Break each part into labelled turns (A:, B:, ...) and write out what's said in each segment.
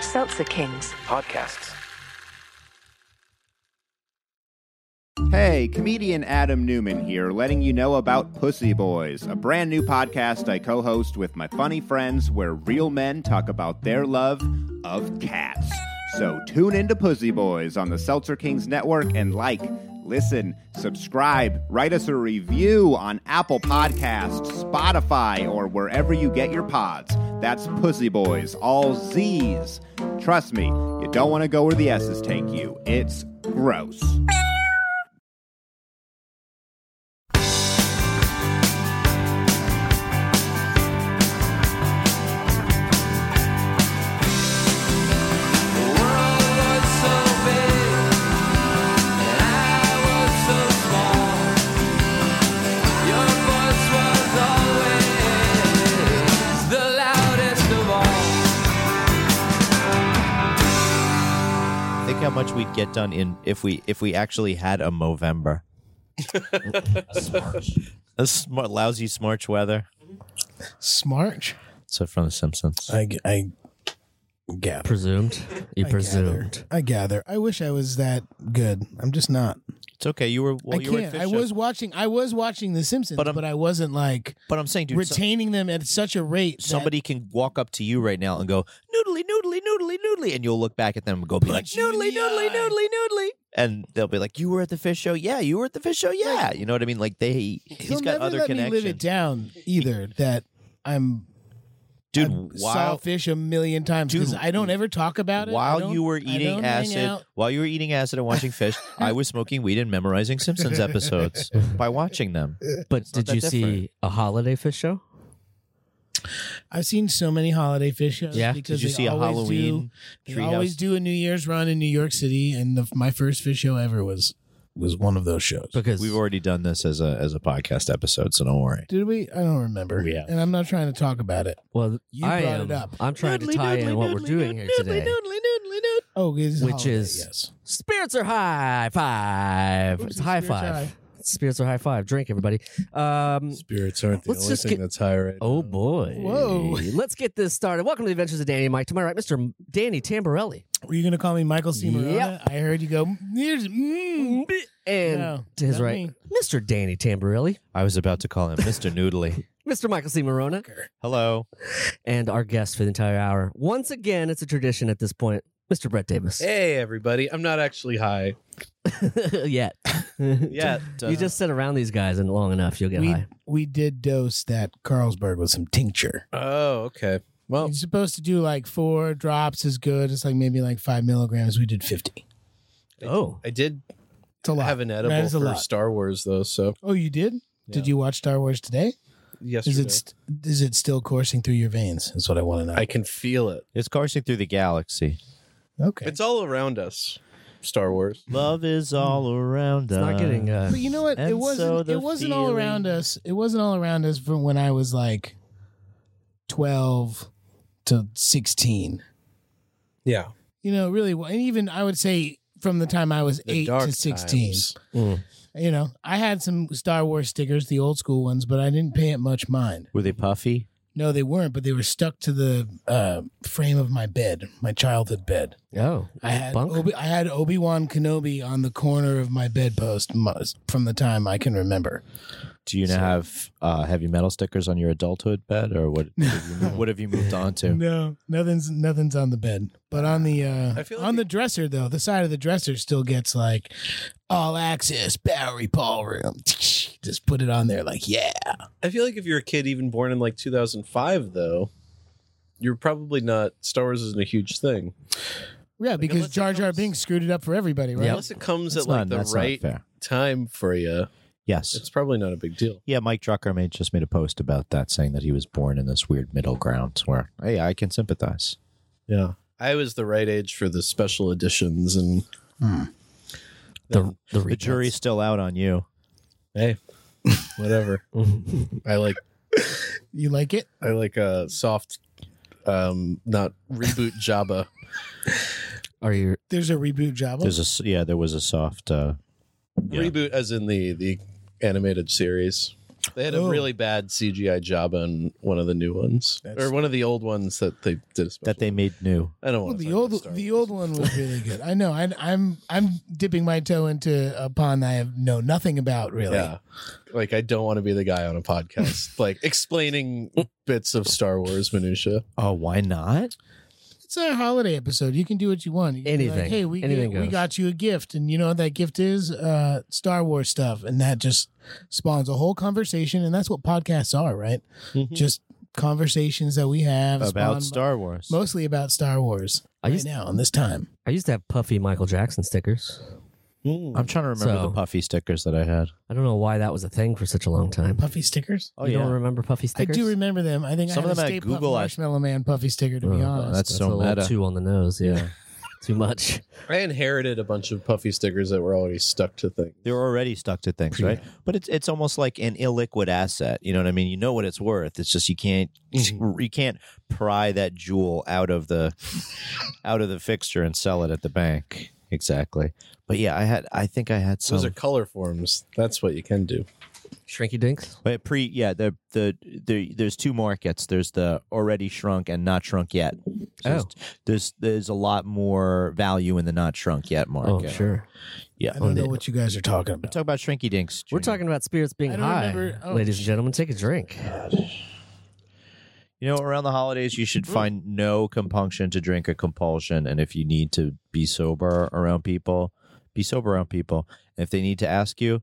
A: Seltzer Kings.
B: podcasts.
C: Hey, comedian Adam Newman here, letting you know about Pussy Boys, a brand new podcast I co host with my funny friends where real men talk about their love of cats. So tune into Pussy Boys on the Seltzer Kings Network and like, listen, subscribe, write us a review on Apple Podcasts, Spotify, or wherever you get your pods. That's Pussy Boys, all Z's. Trust me, you don't want to go where the S's take you. It's gross.
D: Think how much we'd get done in if we if we actually had a Movember. a smart, lousy smarch weather.
E: Smart.
D: So from The Simpsons.
E: I, I gather.
F: Presumed. You presumed.
E: I gather. I wish I was that good. I'm just not.
D: It's okay. You were well.
E: I
D: you were at
E: can't.
D: Fish
E: I
D: Show.
E: was watching. I was watching The Simpsons,
D: But
E: but,
D: I'm-
E: I wasn't like
D: But I'm saying, dude, so-
E: retaining them at such a rate. that-
D: somebody can walk up to you right now and go noodly noodly noodly noodly, and you'll look back at them and go be like
E: Punch you in
D: noodly
E: the
D: noodly
E: eye.
D: noodly noodly, and they'll be like, "You were at the fish show, yeah. You were at the fish show, yeah." You know what I mean? Like they,
E: He'll
D: he's got
E: never
D: other
E: let me live it
D: connections,
E: down either. That I'm
D: dude.
E: I saw
D: While
E: fish a million times because
D: Dude,
E: I don't ever talk about it. I
D: while
E: don't-
D: you were
E: I
D: eating
E: don't hang
D: acid,
E: out.
D: while you were eating acid and watching fish, I was smoking weed and memorizing Simpsons episodes by watching them.
F: But
D: not
F: did you
D: that different.
F: see a holiday fish show?
E: I've seen so many holiday fish shows.
F: Yeah.
E: because
D: Did you
E: they
D: see a
E: always
D: Halloween
E: Do, they always
D: treehouse?
E: do a New Year's run in New York City, and the, my first fish show ever was was one of those shows.
F: Because
D: We've already done this as a as a podcast episode, so don't worry.
E: Did we? I don't
F: Oh,
E: remember.
D: We have.
E: and I'm not trying to talk about it.
F: well,
E: You
F: I
E: brought
F: am,
E: it up.
F: I'm trying to tie in what we're doing here today.
E: Oh, it is a
F: Which
E: holiday,
F: is-
E: yes.
F: Spirits are high five.
E: Oops,
F: it's
E: the
F: high
E: spirits
F: five.
E: are high.
F: Spirits are high five. Drink everybody. Um,
G: Spirits aren't the
F: Let's
G: only
F: just
G: thing
F: get-
G: that's high right
F: oh
G: now.
F: boy.
E: Whoa.
F: Let's get this started. Welcome to the Adventures of Danny and Mike. To my right, Mr. Danny Tamborelli.
E: Were you going to call me Michael C. Morona?
F: Yep.
E: I heard you go. Here's mm.
F: And
E: No,
F: to his
E: not
F: right, Mr. Danny Tamborelli,
D: I was about to call him Mr. Noodly.
F: Mr. Michael C. Morona,
D: Hello.
F: and our guest for the entire hour. Once again, it's a tradition at this point, Mr. Brett Davis.
G: Hey everybody! I'm not actually high.
F: Yet.
D: Yeah.
F: You just sit around these guys and long enough, you'll get
E: We
F: high.
E: we did dose that Carlsberg with some tincture.
G: Oh, okay. Well,
E: You're supposed to do like four drops is good. It's like maybe like five milligrams. We did fifty.
F: Oh,
G: I did
E: It's a lot.
G: have an
E: That
G: edible
E: is a
G: for
E: lot.
G: Star Wars though. So
E: Oh, you did? Did you watch Star Wars today?
G: yesterday,
E: Is it st- is it still coursing through your veins? Is what I want to know.
G: I can feel it.
D: it's coursing through the galaxy.
E: okay.
G: It's all around us. Star Wars.
D: Love is all around
F: it's not getting. Uh,
E: but you know what?
D: And
E: It wasn't.
D: so the
E: it wasn't all around
D: feeling-
E: us. It wasn't all around us from when I was like twelve to sixteen.
G: Yeah.
E: You know, really, wa- and even I would say from the time I was eight to sixteen.
G: times.
F: mm.
E: You know, I had some Star Wars stickers, the old school ones, but I didn't pay it much mind.
D: Were they puffy?
E: No, they weren't, but they were stuck to the uh, frame of my bed, my childhood bed.
F: Oh,
E: I had
F: bunk?
E: Obi- I had Obi Wan Kenobi on the corner of my bedpost mu- from the time I can remember.
D: Do you now have uh, heavy metal stickers on your adulthood bed, or what? have you moved- what have you moved on to?
E: No, nothing's nothing's on the bed, but on the uh,
G: I feel like
E: on
G: the-
E: the dresser though, the side of the dresser still gets like all access Bowery Ballroom. Just put it on there, like yeah.
G: I feel like if you're a kid, even born in like 2005, though, you're probably not. Star Wars isn't a huge thing
E: Yeah, because
G: unless it
E: Jar Jar
G: comes-
E: Binks screwed it up for everybody, right?
G: unless it comes
D: That's
G: at like
D: not- that's
G: the
D: not
G: right
D: fair.
G: time for you.
D: Yes.
G: It's probably not a big deal.
D: yeah, Mike Drucker made just made a post about that, saying that he was born in this weird middle ground where, hey, I can sympathize.
G: Yeah, I was the right age for the special editions, and
F: the the,
D: The jury's still out on you.
G: hey, whatever. I like
E: You like it?
G: I like a soft, um, not reboot Jabba.
F: Are you?
E: There's a reboot Java.
D: There's a s- yeah, there was a soft. Uh, Yeah.
G: Reboot as in the the animated series. They had a
E: Oh.
G: really bad CGI job on one of the new ones,
E: That's-
G: or one of the old ones that they did. A special.
D: that they made new.
G: I don't
E: Well,
G: want
E: Oh, the old the old one was really good. I know. I, I'm I'm dipping my toe into a pond I have know nothing about really.
G: Yeah, like I don't want to be the guy on a podcast like explaining bits of Star Wars minutia.
D: Oh, why not?
E: It's a holiday episode. You can do what you want. You can be like,
F: Anything.
E: hey, we
F: Anything
E: we
F: goes.
E: got you a gift, and you know what that gift is uh, Star Wars stuff, and that just spawns a whole conversation, and that's what podcasts are, right? Just conversations that we have spawned
D: About Star Wars.
E: mostly about Star Wars.
F: I
E: right
F: used-
E: now on this time.
F: I used to have puffy Michael Jackson stickers.
D: Hmm. I'm trying to remember
F: So-
D: the puffy stickers that I had.
F: I don't know why that was a thing for such a long time.
E: Puffy stickers.
D: Oh,
F: you
D: yeah.
F: don't remember puffy stickers?
E: I do remember them. I think
D: Some
E: I
D: of
E: had
D: them
E: a
D: had
E: Stay Puft
D: Google Eyes.
E: Marshmallow Man puffy sticker. To be
F: Oh,
E: honest,
D: that's so
F: a little
D: meta.
F: too on the nose. Yeah, too much.
G: I inherited a bunch of puffy stickers that were already stuck to things.
D: They're already stuck to things, right? But it's it's almost like an illiquid asset. You know what I mean? You know what it's worth. It's just you can't
F: Mm-hmm.
D: you can't pry that jewel out of the out of the fixture and sell it at the bank. Exactly. But yeah, I had I think I had some
G: Those are color forms. That's what you can do.
F: Shrinky dinks.
D: But pre, yeah, the, the the there's two markets. There's the already shrunk and not shrunk yet.
F: Oh.
D: there's there's a lot more value in the not shrunk yet
F: Oh,
D: market.
F: sure.
D: Yeah,
E: I don't know what you guys are talking about.
D: talk about shrinky dinks.
F: We're
D: Junior.
F: talking about spirits being
E: I don't
F: high,
E: remember- oh,
F: ladies and gentlemen. Take a drink.
D: You know, around the holidays, you
G: Mm.
D: should find no compunction to drink a compulsion, and if you need to be sober around people, be sober around people. And if they need to ask you,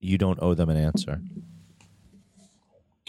D: you don't owe them an answer.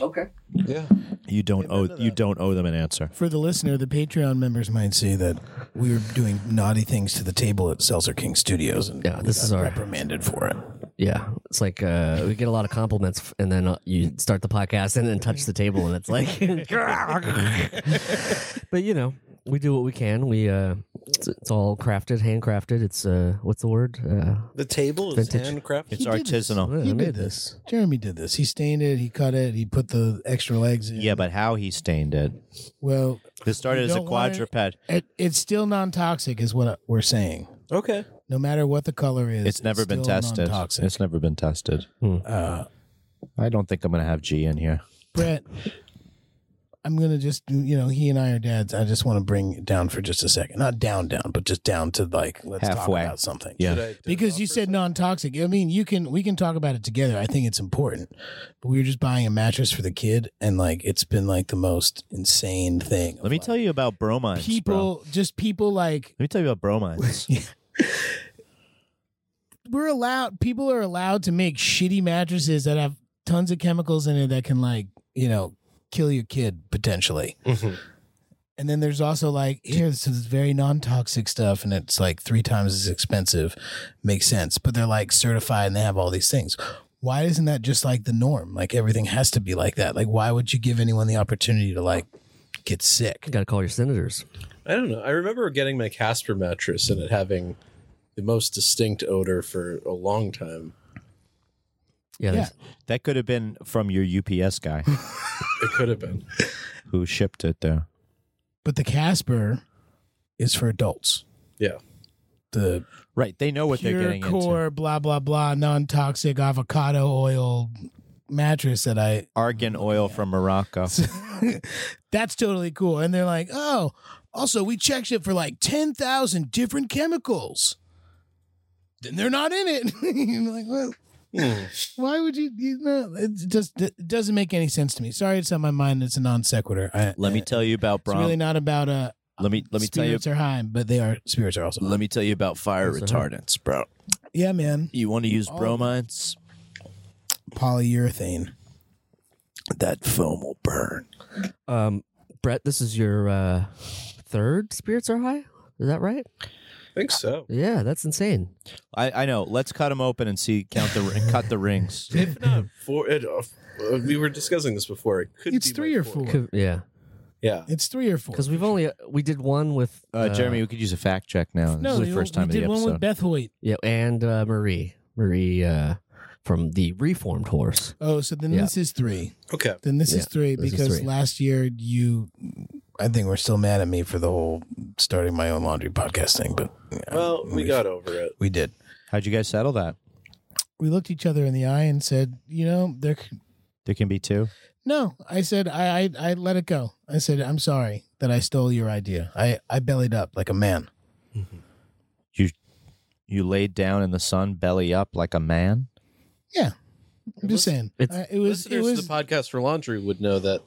F: Okay.
G: Yeah.
D: You don't owe
G: Remember
D: you
G: that.
D: don't owe them an answer.
E: For the listener, the Patreon members might say that we were doing naughty things to the table at Seltzer King Studios, and
F: Yeah,
E: we
F: this
E: got
F: is our-
E: reprimanded for it.
F: Yeah, it's like uh, we get a lot of compliments, f- and then uh, you start the podcast and then touch the table, and it's like, but you know, we do what we can. We uh, it's, it's all crafted, handcrafted. It's uh, what's the word? Uh,
G: The table is
F: Vintage.
G: handcrafted.
D: It's
E: did this.
D: artisanal.
F: I
E: He
F: made
E: did this. Jeremy did this. He stained it. He cut it. He put the extra legs in.
D: Yeah, but how he stained it.
E: Well,
D: This started
E: You
D: as a
E: don't want it-
D: quadruped.
E: it, it's still non-toxic, is what we're saying.
G: Okay.
E: No matter what the color is,
D: It's, never been
E: still
D: tested.
E: Non-toxic.
D: It's never been tested.
E: uh,
D: I don't think I'm going to have G in here.
E: Brett, I'm gonna just do. You know, he and I are dads. I just want to bring it down for just a second. Not down, down, but just down to like let's
D: Halfway.
E: talk about something.
D: Yeah.
G: Did I- did I
E: because you
G: offer
E: said
G: something?
E: non-toxic i mean you can we can talk about it together i think it's important but we were just buying a mattress for the kid and like it's been like the most insane thing
D: Let me tell you about bromines. Bro.
E: people just people like
D: Let me tell you about bromines.
E: we're allowed people are allowed to make shitty mattresses that have tons of chemicals in it that can like you know kill your kid potentially and then there's also like here this is very non-toxic stuff and it's like three times as expensive makes sense but they're like certified and they have all these things why isn't that just like the norm like everything has to be like that like why would you give anyone the opportunity to like get sick
F: Got to call your senators.
G: I don't know. I remember getting my Casper mattress and it having the most distinct odor for a long time.
F: Yeah, there's-
D: that could have been from your UPS guy
G: It could have been.
D: who shipped it there.
E: but the casper is for adults
G: Yeah.
E: the
D: Right. They know what they're
E: pure
D: getting into.
E: core blah blah blah non-toxic avocado oil mattress that i
D: Argan oil from Morocco.
E: that's totally cool and they're like oh also we checked it for like 10,000 different chemicals then they're not in it You're like well
D: Hmm.
E: why would you, you know, it just it doesn't make any sense to me sorry it's on my mind it's a non sequitur I,
D: Let me tell you about
E: it's
D: brom.
E: really not about uh
D: let me let me tell you.
E: spirits are high but they are spirits are also
D: Let me tell you about fire
F: Those are-
D: retardants, bro.
E: yeah man
D: You want to use
E: Oh.
D: bromines?
E: polyurethane
D: That foam will burn.
F: um, Brett, this is your uh, third spirits are high. Is that right?
G: I think so.
F: Yeah, that's insane.
D: I, I know. Let's cut them open and see. Count the cut the rings.
G: If not four, it, uh, we were discussing this before. It could
E: it's
G: be my
E: 3 or 4
G: fourth.
F: Could- yeah,
G: Yeah.
E: it's 3 or 4
F: because we've only uh, we did one with
D: Uh, Jeremy, we could use a fact check now. This is
E: we-
D: the first time
E: we
D: of
E: did
D: the
E: one with
D: episode.
E: Beth Hoyt.
F: Yeah, and uh, Marie, Marie uh, from the Reformed Horse.
E: Oh, so then
F: Yeah.
E: this is three.
G: Okay.
E: Then this
F: Yeah,
E: is three
F: this is
E: because
F: three.
E: last year you, I think, were still mad at me for the whole starting my own laundry podcast thing, but yeah,
G: Well, we got over it.
E: we did.
D: How'd you guys settle that?
E: we looked each other in the eye and said, you know, there. c-
D: There can be two.
E: No, I said I, I I let it go. I said I'm sorry that I stole your idea. I I bellied up like a man.
D: You laid down in the sun, belly up, like a man.
E: I'm just saying.
F: It's-
E: I- it was it
G: Listeners
E: was
G: to the podcast for laundry would know that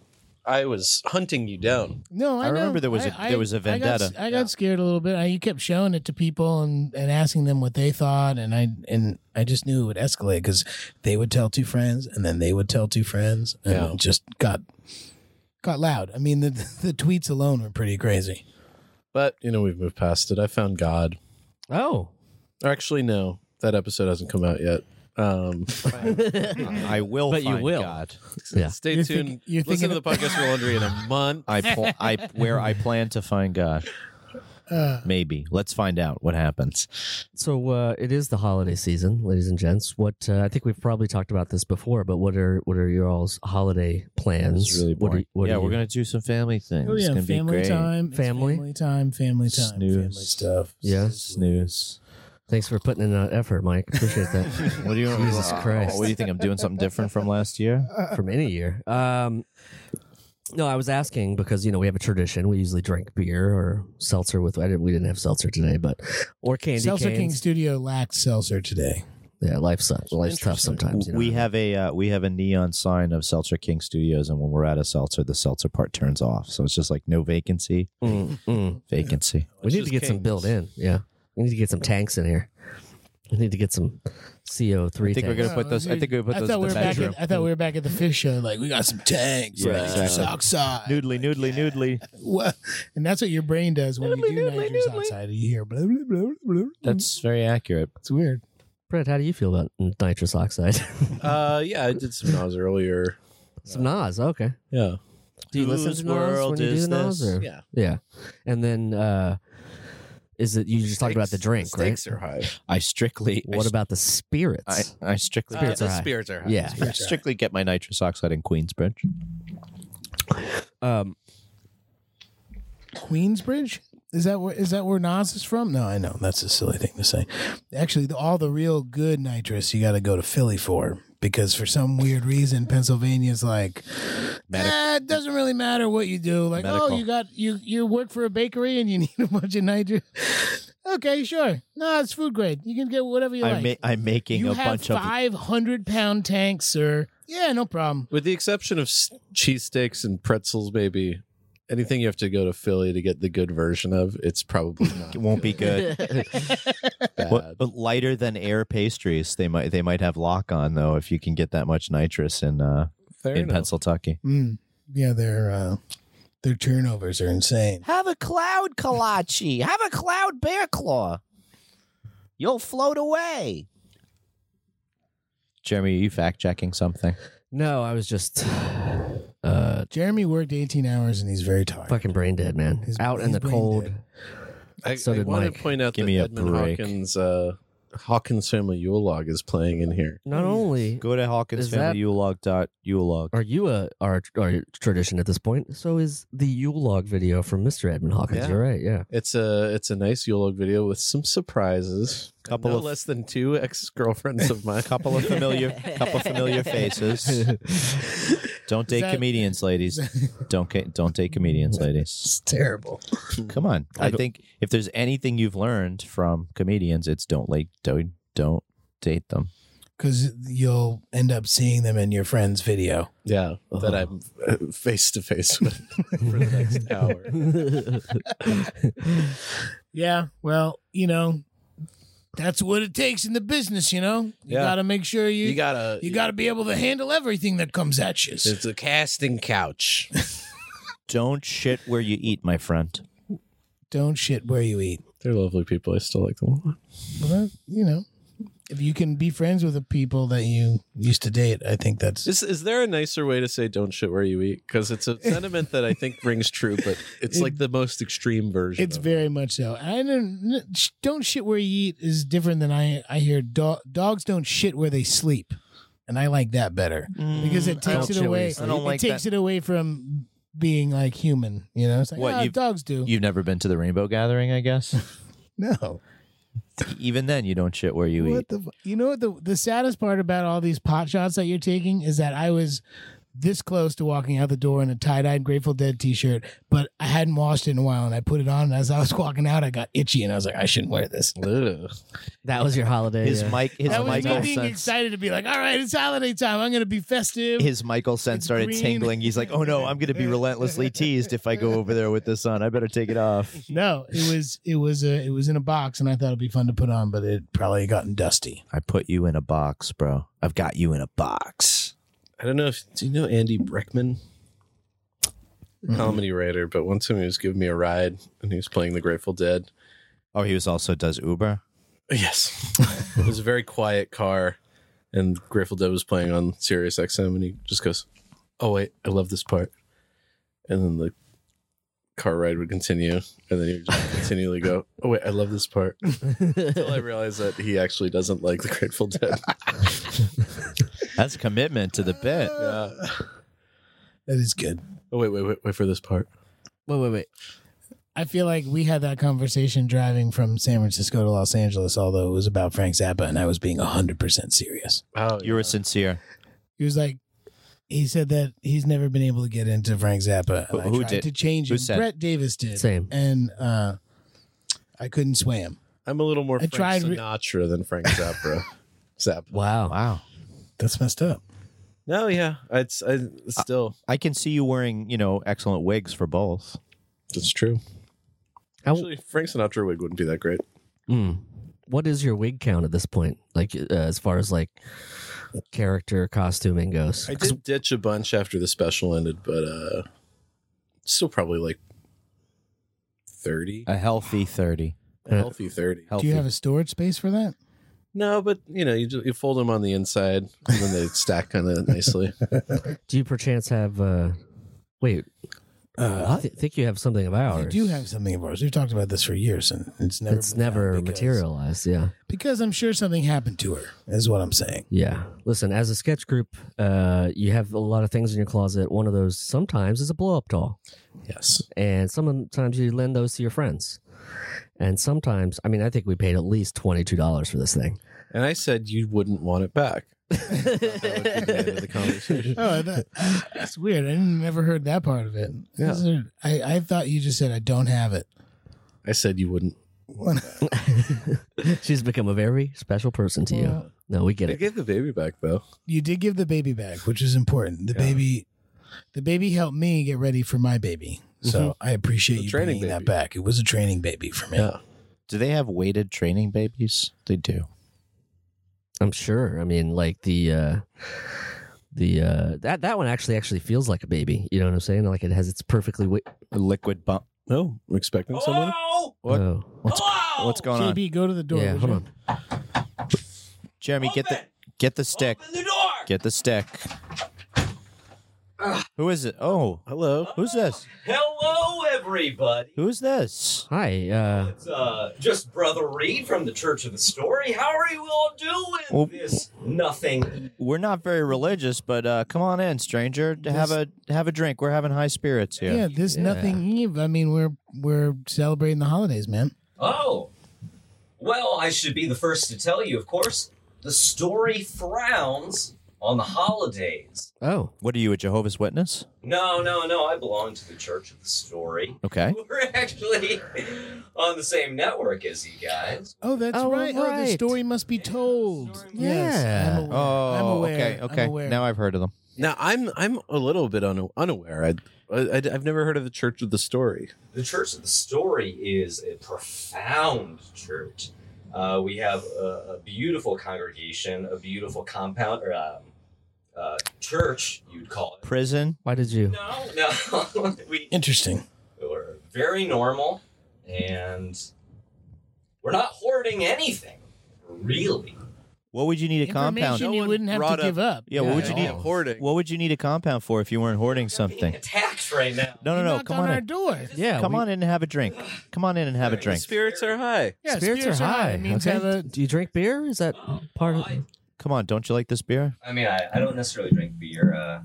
G: I was hunting you down.
E: no. I,
D: I remember
E: know.
D: there was a-
E: I-
D: there was a
E: I- I got
D: vendetta.
E: s- I got, scared a little bit. I, you kept showing it to people and and asking them what they thought, and I and I just knew it would escalate because they would tell two friends, and then they would tell two friends, and
G: Yeah.
E: it just got got loud. I mean, the the tweets alone were pretty crazy.
G: But you know, we've moved past it. I found God.
F: Oh,
G: Or actually, no, that episode hasn't come out yet. Um,
D: I will.
F: But you
D: find
F: will.
D: God.
F: yeah.
G: stay
E: You're
G: tuned.
E: thinking- you're
G: Listen to
E: thinking
G: the podcast for laundry in a month.
D: I pl- I where I plan to find God.
E: Uh.
D: Maybe. Let's find out what happens.
F: So uh, it is the holiday season, ladies and gents. What uh, I think we've probably talked about this before, but what are what are your all's holiday plans?
D: It's really
F: what are,
D: boring.
F: what
D: yeah,
F: are
D: we're
F: you-
D: gonna do some family things.
E: Oh
D: it's
E: yeah,
D: gonna be
E: family
D: great.
E: time, It's
F: Family?
E: family time, family time, family
D: Snooze.
E: stuff.
F: Yeah.
D: Snooze.
F: Thanks for putting in that effort, Mike. Appreciate that
D: What do you?
F: Jesus
D: Wow.
F: Christ.
D: What do you think? I'm doing something different from last year.
E: Uh,
F: from any year. Um, no, I was asking because you know we have a tradition. We usually drink beer or seltzer with. I didn't. We didn't have seltzer today, but or candy
E: Seltzer
F: canes.
E: King Studio lacked seltzer today.
F: Yeah, life sucks. Life's tough sometimes. You know?
D: we have a uh, we have a neon sign of Seltzer King Studios, and when we're out of seltzer, the seltzer part turns off. So it's just like no vacancy,
F: Mm, mm.
D: vacancy.
F: We
G: It's
F: need to
G: just
F: get some
G: kings.
F: built in. Yeah, we need to get some tanks in here. We need to get some CO three.
D: I think we're gonna put those. I think we put
E: I
D: those in
E: thought Uh, we
D: the
E: were back.
D: bedroom.
E: At, I thought we were back at the fish show. Like we got some tanks.
D: Yeah,
E: Yeah,
D: exactly.
E: outside.
D: Noodly, noodly, noodly.
E: What? And that's what your brain does when you do nitrous outside. You hear blah blah blah blah. blah.
D: That's very accurate.
E: it's weird.
F: Brett, how do you feel about nitrous oxide?
G: Uh, yeah, I did some Nas earlier.
F: some Nas, okay.
G: Yeah,
F: Do you
D: Whose
F: listen to Nas
D: world
F: when you do
D: is
F: the Nas?
D: this?
F: Or?
G: yeah.
F: Yeah. and then uh is it you just talked about the drink,
G: Stakes
F: right?
G: are high.
D: I strictly. I
F: What about the spirits?
D: I, I strictly
F: Spirits
G: Uh,
F: are
G: the
F: high.
G: spirits are high.
F: yeah.
D: I strictly get my nitrous oxide in Queensbridge.
F: Um,
E: Queensbridge. Is that where is that where Nas is from? No, I know that's a silly thing to say. Actually, the, all the real good nitrous you got to go to Philly for because for some weird reason Pennsylvania's like,
D: Medic-
E: "Eh, it doesn't really matter what you do. Like, oh,
D: Medical.
E: you got you you work for a bakery and you need a bunch of nitrous. okay, sure. No, it's food grade. You can get whatever you
D: I'm,
E: like.
D: ma- I'm making
E: you
D: a
E: have
D: bunch of.
E: five hundred pound tanks, sir. Yeah, no problem.
G: With the exception of s- cheesesteaks and pretzels, maybe anything you have to go to Philly to get the good version of, it's probably not
D: It won't be good.
G: bad.
D: What- but lighter than air pastries, they might they might have lock on though if you can get that much nitrous in uh,
G: Fair
D: in
G: enough.
D: Pennsylvania.
E: Mm. Yeah, their uh, their turnovers are insane.
D: Have a cloud kolache. Have a cloud bear claw. You'll float away. Jeremy, are you fact checking something?
F: no, I was just uh
E: Jeremy worked 18 hours and he's very tired.
F: fucking brain dead, man.
E: His-
F: Out in
E: his
F: the
E: brain
F: cold.
E: dead.
G: I,
F: So
G: I
F: did
G: want
F: Mike.
G: to point out
D: Give
G: that
D: me a
G: Edmund
D: break.
G: Hawkins, uh, Hawkins Family Yule Log is playing in here.
F: Not only
D: Go to Hawkins
F: Is that-
D: Family Ulog dot Ulog.
F: are you a our, our tradition at this point, so is the Yule log video from Mr. Edmund Hawkins.
G: Yeah.
F: You're right, yeah.
G: It's a it's a nice Yule Log video with some surprises.
D: Couple
G: no
D: of-
G: less than two ex girlfriends of mine.
D: couple of familiar couple familiar faces. Don't date
E: that-
D: comedians, ladies. Don't ca- don't date comedians, ladies.
E: It's terrible.
D: Come on. I, think if there's anything you've learned from comedians, it's don't like don't don't date them.
E: Because you'll end up seeing them in your friend's video.
G: Yeah, that I'm uh, face to face with for the next hour.
E: Yeah, well, you know, that's what it takes in the business, you know? You
G: Yeah.
E: got to make sure you,
G: You
E: you got
G: gotta
E: to be able to handle everything that comes at you.
G: It's a casting couch.
D: Don't shit where you eat, my friend.
E: Don't shit where you eat.
G: They're lovely people. I still like them.
E: Well, you know, if you can be friends with the people that you used to date, I think that's
G: Is is there a nicer way to say "don't shit where you eat"? Because it's a sentiment that I think rings true, but it's like the most extreme version.
E: It's
G: of
E: very much so. I don't n- sh- don't shit where you eat is different than I I hear do- dogs don't shit where they sleep, and I like that better because it
F: I
E: takes
F: don't
E: it
F: shit where you
E: away.
F: sleep. I
D: don't like
E: it takes
D: that.
E: it away from being like human. You know, it's like
D: What,
E: ah,
D: you've-
E: dogs do.
D: You've never been to the Rainbow Gathering, I guess.
E: no,
D: Even then, you don't shit where you
E: What
D: eat.
E: the? fu- You know what the the saddest part about all these pot shots that you're taking is that I was this close to walking out the door in a tie dyed Grateful Dead t shirt, but I hadn't washed it in a while, and I put it on, and as I was walking out, I got itchy, and I was like, I shouldn't wear this.
F: That was your holiday. uh,
D: His
F: yeah.
D: Mike, his
E: that was me
D: Michael
E: being
D: sense,
E: excited to be like, all right, it's holiday time. I'm gonna be festive.
D: his Michael sense
E: It's
D: started
E: green.
D: tingling. He's like, "Oh no, I'm going to be relentlessly teased if I go over there with this on. I better take it off."
E: no, it was it was a, it was in a box, and I thought it'd be fun to put on, but it probably gotten dusty.
D: I put you in a box, bro. I've got you in a box.
G: I don't know if do you know Andy Breckman?
E: Mm-hmm.
G: Comedy writer, but one time he was giving me a ride and he was playing the Grateful Dead.
D: Oh, he was also does Uber.
G: Yes. it was a very quiet car, and Grateful Dead was playing on Sirius XM, and he just goes, "Oh wait, I love this part," and then the car ride would continue, and then he would just continually go, "Oh wait, I love this part," until I realized that he actually doesn't like the Grateful Dead.
D: That's commitment to the bit.
G: Yeah.
E: That is good.
G: Oh wait, wait, wait, wait for this part.
F: Wait, wait, wait.
E: I feel like we had that conversation driving from San Francisco to Los Angeles, although it was about Frank Zappa, and I was being 100% serious.
G: Oh,
D: You were sincere.
E: He was like, he said that he's never been able to get into Frank Zappa.
D: Who-
E: and I
D: who
E: tried
D: did?
E: to change
D: Who
E: him.
D: said?
E: Brett Davis did.
F: Same.
E: And uh, I couldn't sway him.
G: I'm a little more
E: I
G: Frank
E: tried re-
G: Sinatra than Frank Zappa. Zappa.
F: Wow.
D: Wow.
E: That's messed up.
G: No, yeah, it's I, still
D: I can see you wearing, you know, excellent wigs for both.
G: it's true.
F: How-
G: Actually, Frank Sinatra wig wouldn't be that great.
F: Mm. What is your wig count at this point? Like, uh, as far as like character costuming goes,
G: I did ditch a bunch after the special ended, but uh still probably like thirty,
D: A healthy 30.
G: a healthy thirty.
D: Healthy.
E: Do you have a storage space for that?
G: No, but you know, you just, you fold them on the inside, and then they stack kind of nicely.
F: do you perchance have? uh Wait, I thi- think you have something of
E: Uh, I
F: ours.
E: do have something of ours. We've talked about this for years, and it's never
F: It's
E: been found
F: never
E: because-
F: materialized. Yeah.
E: Because I'm sure something happened to her, is what I'm saying.
F: Yeah. Listen, as a sketch group, uh, you have a lot of things in your closet. One of those sometimes is a blow up doll.
G: Yes,
F: And sometimes you lend those to your friends. And sometimes, I mean, I think we paid at least $22 for this thing.
G: and I said you wouldn't want it back. That would be the end of the conversation.
E: Oh, that, that's weird. I didn't- never heard that part of it.
G: Yeah.
E: Is there- I, I thought you just said I don't have it.
G: I said you wouldn't.
F: She's become a very special person to you. No, we get
G: I
F: it.
G: gave the baby back though.
E: You did give the baby back, which is important. The baby, the baby helped me get ready for my baby, so I appreciate
G: The
E: you
G: training
E: bringing that
G: baby.
E: back. It was a training baby for me.
G: Yeah.
D: Do they have weighted training babies? They do.
F: I'm sure. I mean, like the. Uh, the uh that that one actually actually feels like a baby you know what i'm saying like it has its perfectly wi-
D: Liquid bump.
G: No, I'm expecting someone. What?
F: Oh.
D: What's, what's going on?
E: JB, go to the door.
F: yeah
E: would
F: hold
E: you?
F: on
D: Jeremy, get the get the stick. Get the stick. Who is it? Oh,
G: Hello.
D: who's this?
A: Hello, everybody.
D: Who's this?
F: hi uh
A: It's uh, just Brother Reed from the Church of the Story. How are you all doing
D: Well-
A: this nothing? e-
D: We're not very religious, but uh, come on in, stranger. To have a have a drink. We're having high spirits here.
E: Yeah, this nothing Eve. I mean, we're we're celebrating the holidays, man.
A: Oh, well, I should be the first to tell you, of course, the story frowns on the holidays.
F: oh
D: What are you, a Jehovah's Witness?
A: No, no, no, I belong to the Church of the Story.
D: Okay.
A: We're actually on the same network as you guys.
E: Oh, that's
F: Oh,
E: right. Oh, the
F: right.
E: story must be told.
A: story
E: Yes,
F: Yeah.
E: I'm aware.
D: Oh,
E: I'm aware.
D: okay,
E: I'm
D: okay.
E: aware.
D: Now I've heard of them.
G: Now I'm I'm a little bit un- unaware. I, I I've never heard of the Church of the Story.
A: The Church of the Story is a profound church. Uh, we have a, a beautiful congregation, a beautiful compound, or um, uh, church, you'd call it.
D: Prison.
F: why did you
A: No, no. we,
E: Interesting.
A: we're very normal, and we're not hoarding anything, really.
D: What would you need a compound?
E: Information you
G: one
E: wouldn't have
G: brought
E: to give up.
D: Yeah, what would
G: at
D: you need?
G: all. Hoarding.
D: What would you need a compound for if you weren't hoarding
A: Being
D: something?
A: attacked right now.
D: No, no,
E: You
D: no.
E: knocked
D: Come
E: on
D: on
E: our
D: in.
E: door.
F: yeah
D: Come
F: we-
D: on in and have a drink. Come on in and have a drink.
G: Spirits are high.
E: Yeah,
F: spirits, are high.
E: It means Oh,
F: okay.
E: have a
F: Do you drink beer? Is that part of?
A: I,
D: Come on, don't you like this beer?
A: I mean, I, I don't necessarily drink beer. Uh,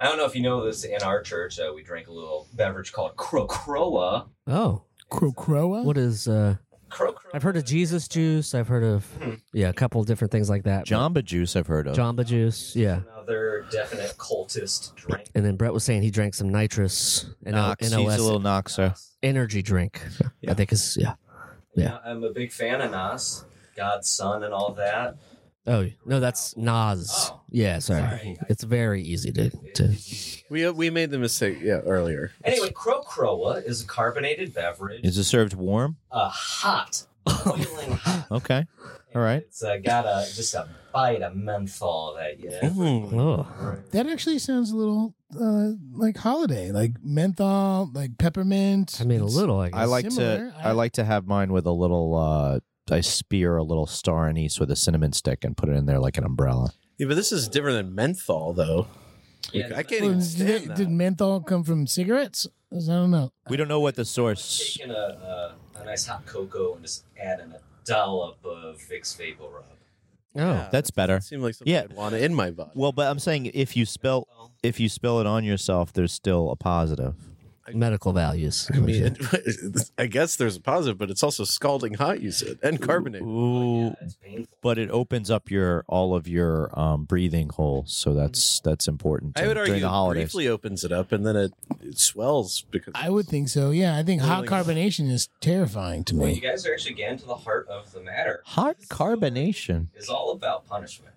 A: I don't know if you know this. In our church, uh, we drink a little beverage called Crocroa.
F: Oh,
E: Crocroa?
F: what is? uh
A: Crocroa
F: I've heard of Jesus juice. I've heard of yeah, a couple different things like that.
D: Jamba juice, I've heard of.
F: Jamba juice, yeah.
A: Another definite cultist drink.
F: And then Brett was saying he drank some nitrous and
D: Knox, he's a little Knoxer.
F: energy drink. I think is yeah.
A: You
F: Yeah.
A: know, I'm a big fan of Nas, God's son, and all that.
F: Oh no, that's Nas.
A: Oh.
F: yeah, sorry.
A: Sorry.
F: It's very easy to, to
G: We uh, we made the mistake yeah earlier.
A: Anyway, Crocroa is a carbonated beverage,
D: Is it served warm?
A: uh, hot, boiling hot.
D: Okay. All right.
A: It's uh, got a just a bite of menthol that you.
F: Mm. oh.
E: That actually sounds a little uh, like holiday, like menthol, like peppermint.
F: I mean a
E: It's-
F: little I guess.
D: I like
E: Similar.
D: to I, like to have mine with a little uh I spear a little star anise with a cinnamon stick and put it in there like an umbrella.
G: Yeah, but this is different than menthol though.
A: Yeah,
G: I can't
E: Well,
G: even
E: did,
G: stand
E: did
G: that.
E: menthol come from cigarettes? I don't know.
D: We don't know what the source.
A: Taking a, a, a nice hot cocoa and just adding a dollop of Vicks Vapor Rub.
F: Oh.
D: That's better.
G: It seemed like something
D: Yeah.
G: I'd want in my body.
D: Well, but I'm saying if you spill
A: Menthol.
D: if you spill it on yourself, there's still a positive.
F: Medical values.
G: I mean, I guess there's a positive, but it's also scalding hot. You said and carbonate.
D: Ooh,
A: That's painful.
D: but it opens up your all of your um, breathing holes, so
F: Hmm.
D: that's that's important
G: I would
D: during
G: argue
D: the
G: it
D: holidays.
G: briefly opens it up and then it, it swells because
E: I would think so. Yeah, I think hot
G: Really?
E: carbonation is terrifying to
A: Well, you
E: me.
A: guys are actually getting to the heart of the matter.
D: Hot carbonation.
A: It's all about punishment.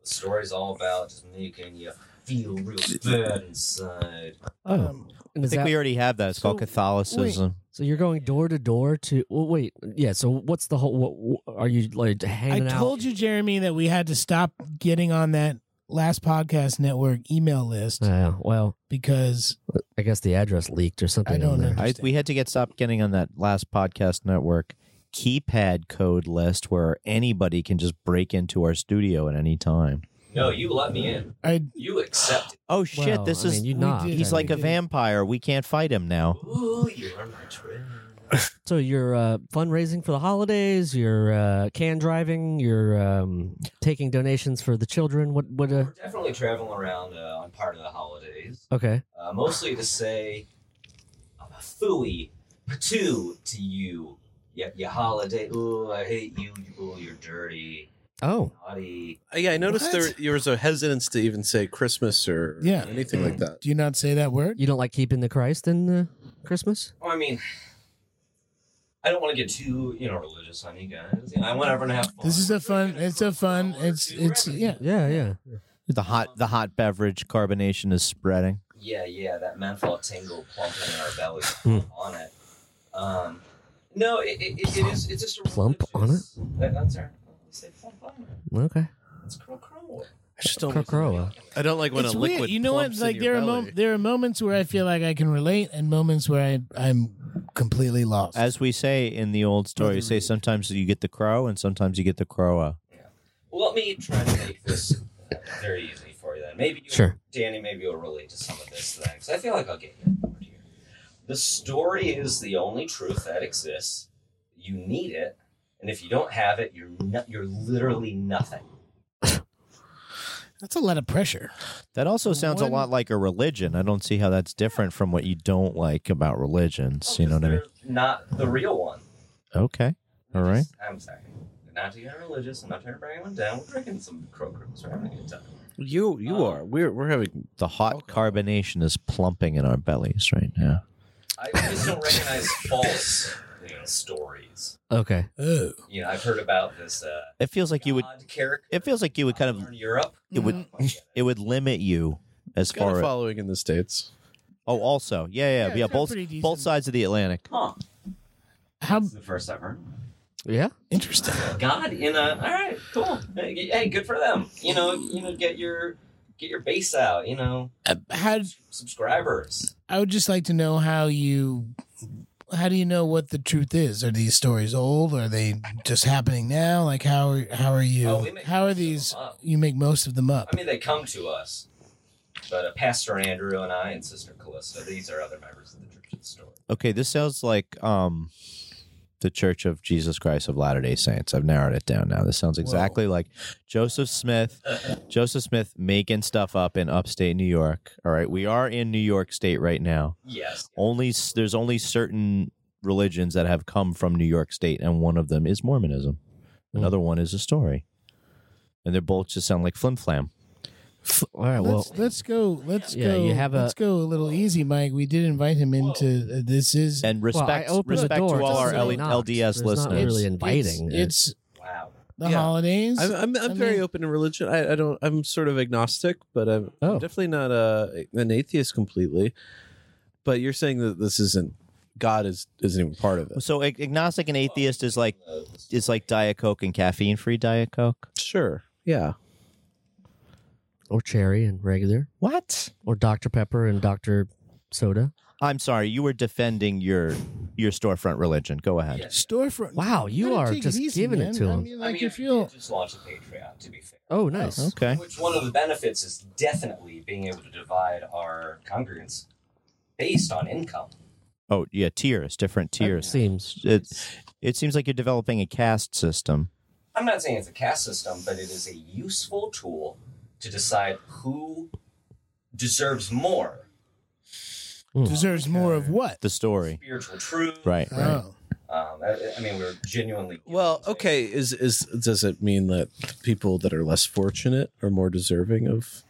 A: The story's all about just making you feel real bad inside.
F: oh.
E: Um,
D: I
F: And is
D: think
F: that-
D: we already have that. It's called
F: So, wait.
D: Catholicism.
F: so you're going door to door to well, wait yeah so what's the whole what, what- are you like
E: I
F: hanging out
E: told you, Jeremy, that we had to stop getting on that last podcast network email list
F: Yeah, Uh, well
E: because
F: I guess the address leaked or something
E: I don't
F: on there.
E: know.
D: I,
E: Understand.
D: we had to get stopped getting on that last podcast network keypad code list where anybody can just break into our studio at any time.
A: No, you let me in.
E: I
A: You accept it.
D: Oh shit!
F: Well,
D: this
F: I
D: is
F: mean, you
E: we
F: knocked.
E: did.
D: he's like a
E: did.
D: vampire. We can't fight him now.
A: Ooh, you are my trick.
F: So you're uh, fundraising for the holidays. You're uh, can driving. You're um, taking donations for the children. What? What? Uh,
A: We're definitely traveling around uh, on part of the holidays,
F: okay.
A: uh, mostly to say, I'm a fooey patoo to you. Yeah, your holiday. Ooh, I hate you. Ooh, you're dirty,
F: Oh,
A: naughty.
G: Uh, yeah, I noticed there,
E: What?
G: there was a hesitance to even say Christmas or
E: Yeah.
G: anything
A: Mm.
G: like that.
E: do you not say that word.
F: you don't like keeping the Christ in uh, Christmas?
A: Well, I mean, I don't want to get too you know religious on you guys. You know, I want everyone to have fun.
E: This is a
A: We're
E: fun.
A: drinking
E: It's a fun.
A: Coca-Cola
E: It's
A: too,
E: it's
A: right?
E: yeah.
F: Yeah, yeah.
D: The hot the hot beverage carbonation is spreading.
A: Yeah, yeah, that menthol tingle plumping in our belly
F: Hmm.
A: on it. Um, no, it, it, it, it is. It's just a
F: Plump on it?
A: religious- That, that's our. we Say plump on it.
F: Okay.
A: It's crow crow.
G: I just don't.
F: Krakoa.
G: I don't like when
E: it's
G: a liquid.
E: weird. You know what?
G: plumps in
E: Like
G: your
E: there are
G: belly.
E: mom- there are moments where I feel like I can relate, and moments where I I'm completely lost.
D: As we say in the old story, say sometimes you get the crow and sometimes you get the crowa.
A: Well, let me try to make this uh, very easy for you then. Maybe you,
F: Sure.
A: Danny, maybe you'll relate to some of this then, because I feel like I'll get you on board here. The story is the only truth that exists. You need it, and if you don't have it, you're no- you're literally nothing.
E: That's a lot of pressure.
D: That also sounds
E: One-
D: a lot like a religion. I don't see how that's different from what you don't like about religions. You know what I mean?
A: They're Not the real one.
D: Okay. All right.
A: I'm sorry. Not to get religious. I'm not trying to bring anyone down. We're drinking some crocos. We're having a good time.
G: You you
A: Uh,
G: are. We're we're having.
D: The hot carbonation is plumping in our bellies right now.
A: I just don't recognize false you know, stories.
F: Okay.
E: Oh,
A: You know, I've heard about this uh,
D: It feels like you would.
A: odd character
D: It feels like you would kind of.
A: in Europe.
D: It would. It would limit you as
G: Kind of
D: far. as...
G: following in the states.
D: Oh, also, yeah, yeah,
E: Yeah,
D: yeah.
E: they're
D: both
E: pretty decent.
D: both sides of the Atlantic.
A: Huh.
E: how
A: This is the first I've heard.
F: Yeah.
E: interesting.
A: God in a. All right, cool. Hey, g- hey, good for them. You know, you know, get your get your base out. You know,
E: Uh, How
A: subscribers.
E: I would just like to know how you. How do you know what the truth is? Are these stories old? Are they just happening now? Like how are how are you?
A: Oh, we make
E: how
A: most
E: are
A: of them
E: these?
A: up.
E: You make most of them up.
A: I mean, they come to us. But uh, Pastor Andrew and I and Sister Callista, these are other members of the church of the story.
D: Okay, this sounds like um, the Church of Jesus Christ of Latter Day Saints. I've narrowed it down now. This sounds exactly like Joseph Smith. Joseph Smith making stuff up in upstate New York. All right, we are in New York State right now.
A: Yes.
D: Only s- there's only certain religions that have come from New York State, and one of them is Mormonism.
F: Hmm.
D: Another one is a story, and they are both just sound like flim flam.
F: All right. Well,
E: Let's let's go. Let's
F: Yeah,
E: go.
F: you have a-
E: let's go a little easy, Mike. We did invite him into uh, this. Is
D: And
F: well, I
D: respect,
F: opened the
D: respect
F: door
D: to all our
F: say
D: L-
F: not.
D: LDS
F: There's
D: listeners.
F: Not really inviting. uh,
E: It's, it's
A: Wow.
E: the
G: Yeah.
E: holidays.
G: I'm, I'm, I'm
E: I
G: very
E: mean-
G: open to religion. I, I don't. I'm sort of agnostic, but I'm, I'm
F: Oh.
G: definitely not a, an atheist completely. But you're saying that this isn't God is isn't even part of it.
D: so ag- agnostic and atheist is like is like Diet Coke and caffeine free Diet Coke.
G: Sure. Yeah.
F: or cherry and regular,
D: What?
F: or Dr Pepper and Dr Soda.
D: I'm sorry, you were defending your your storefront religion. Go ahead.
A: Yes.
E: storefront.
F: Wow, you
E: Gotta
F: are
E: take it
F: just
E: easy,
F: giving it
E: man.
F: to
E: I
F: him.
E: mean, like
A: I mean,
E: if you
A: just launched a Patreon, to be fair.
F: Oh, nice.
D: Okay.
A: Which one of the benefits is definitely being able to divide our congregants based on income.
D: Oh yeah, tiers, different tiers.
F: Seems
D: It's it seems like you're developing a caste system.
A: I'm not saying it's a caste system, but it is a useful tool to decide who deserves more
E: deserves more of what?
D: The story.
A: spiritual truth.
D: Right, right.
E: Oh.
A: Um, I, I mean, we're genuinely.
G: Well, okay. Is is does it mean that people that are less fortunate are more deserving of?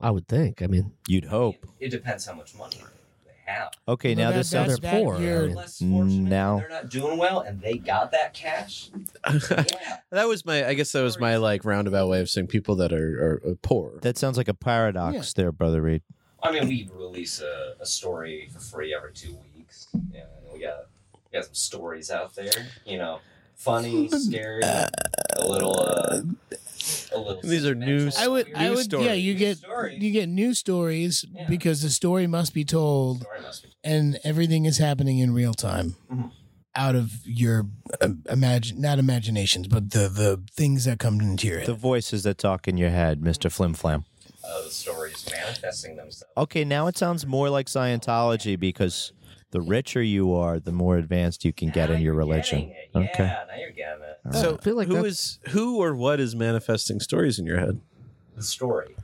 F: I would think. I mean,
D: You'd hope.
A: It depends how much money they have.
D: Okay,
E: No,
D: now
E: that-
D: this
E: that's-
D: sounds
F: they're poor, I
E: you're-
F: mean.
A: Less fortunate,
D: Mm, Now-
A: they're not doing well, and they got that cash. Yeah.
G: That was my. I guess that was my like roundabout way of saying people that are are, are poor.
D: that sounds like a paradox
E: Yeah.
D: there, brother Reed.
A: I mean, we release a, a story for free every two weeks. Yeah, we got we got some stories out there. You know, funny, scary, a little, uh, a little.
G: These are new
A: supernatural,
E: I would.
A: weird.
E: I would. Yeah, you
A: New
E: get
A: story.
E: you get new stories
A: Yeah.
E: because the story must be told,
A: Story must be-
E: and everything is happening in real time.
A: Mhm.
E: Out of your uh, imagine, not imaginations, but the the things that come into your head.
D: The voices that talk in your head, Mr. Flim Flam.
A: uh, the stories manifesting themselves.
D: Okay, now it sounds more like Scientology because the richer you are, the more advanced you can get
A: Now
D: in your
A: you're
D: religion.
A: getting it.
D: Okay.
A: Yeah, now you're getting it.
G: So
F: I feel like
G: who
F: that-
G: is who or what is manifesting stories in your head?
A: The story.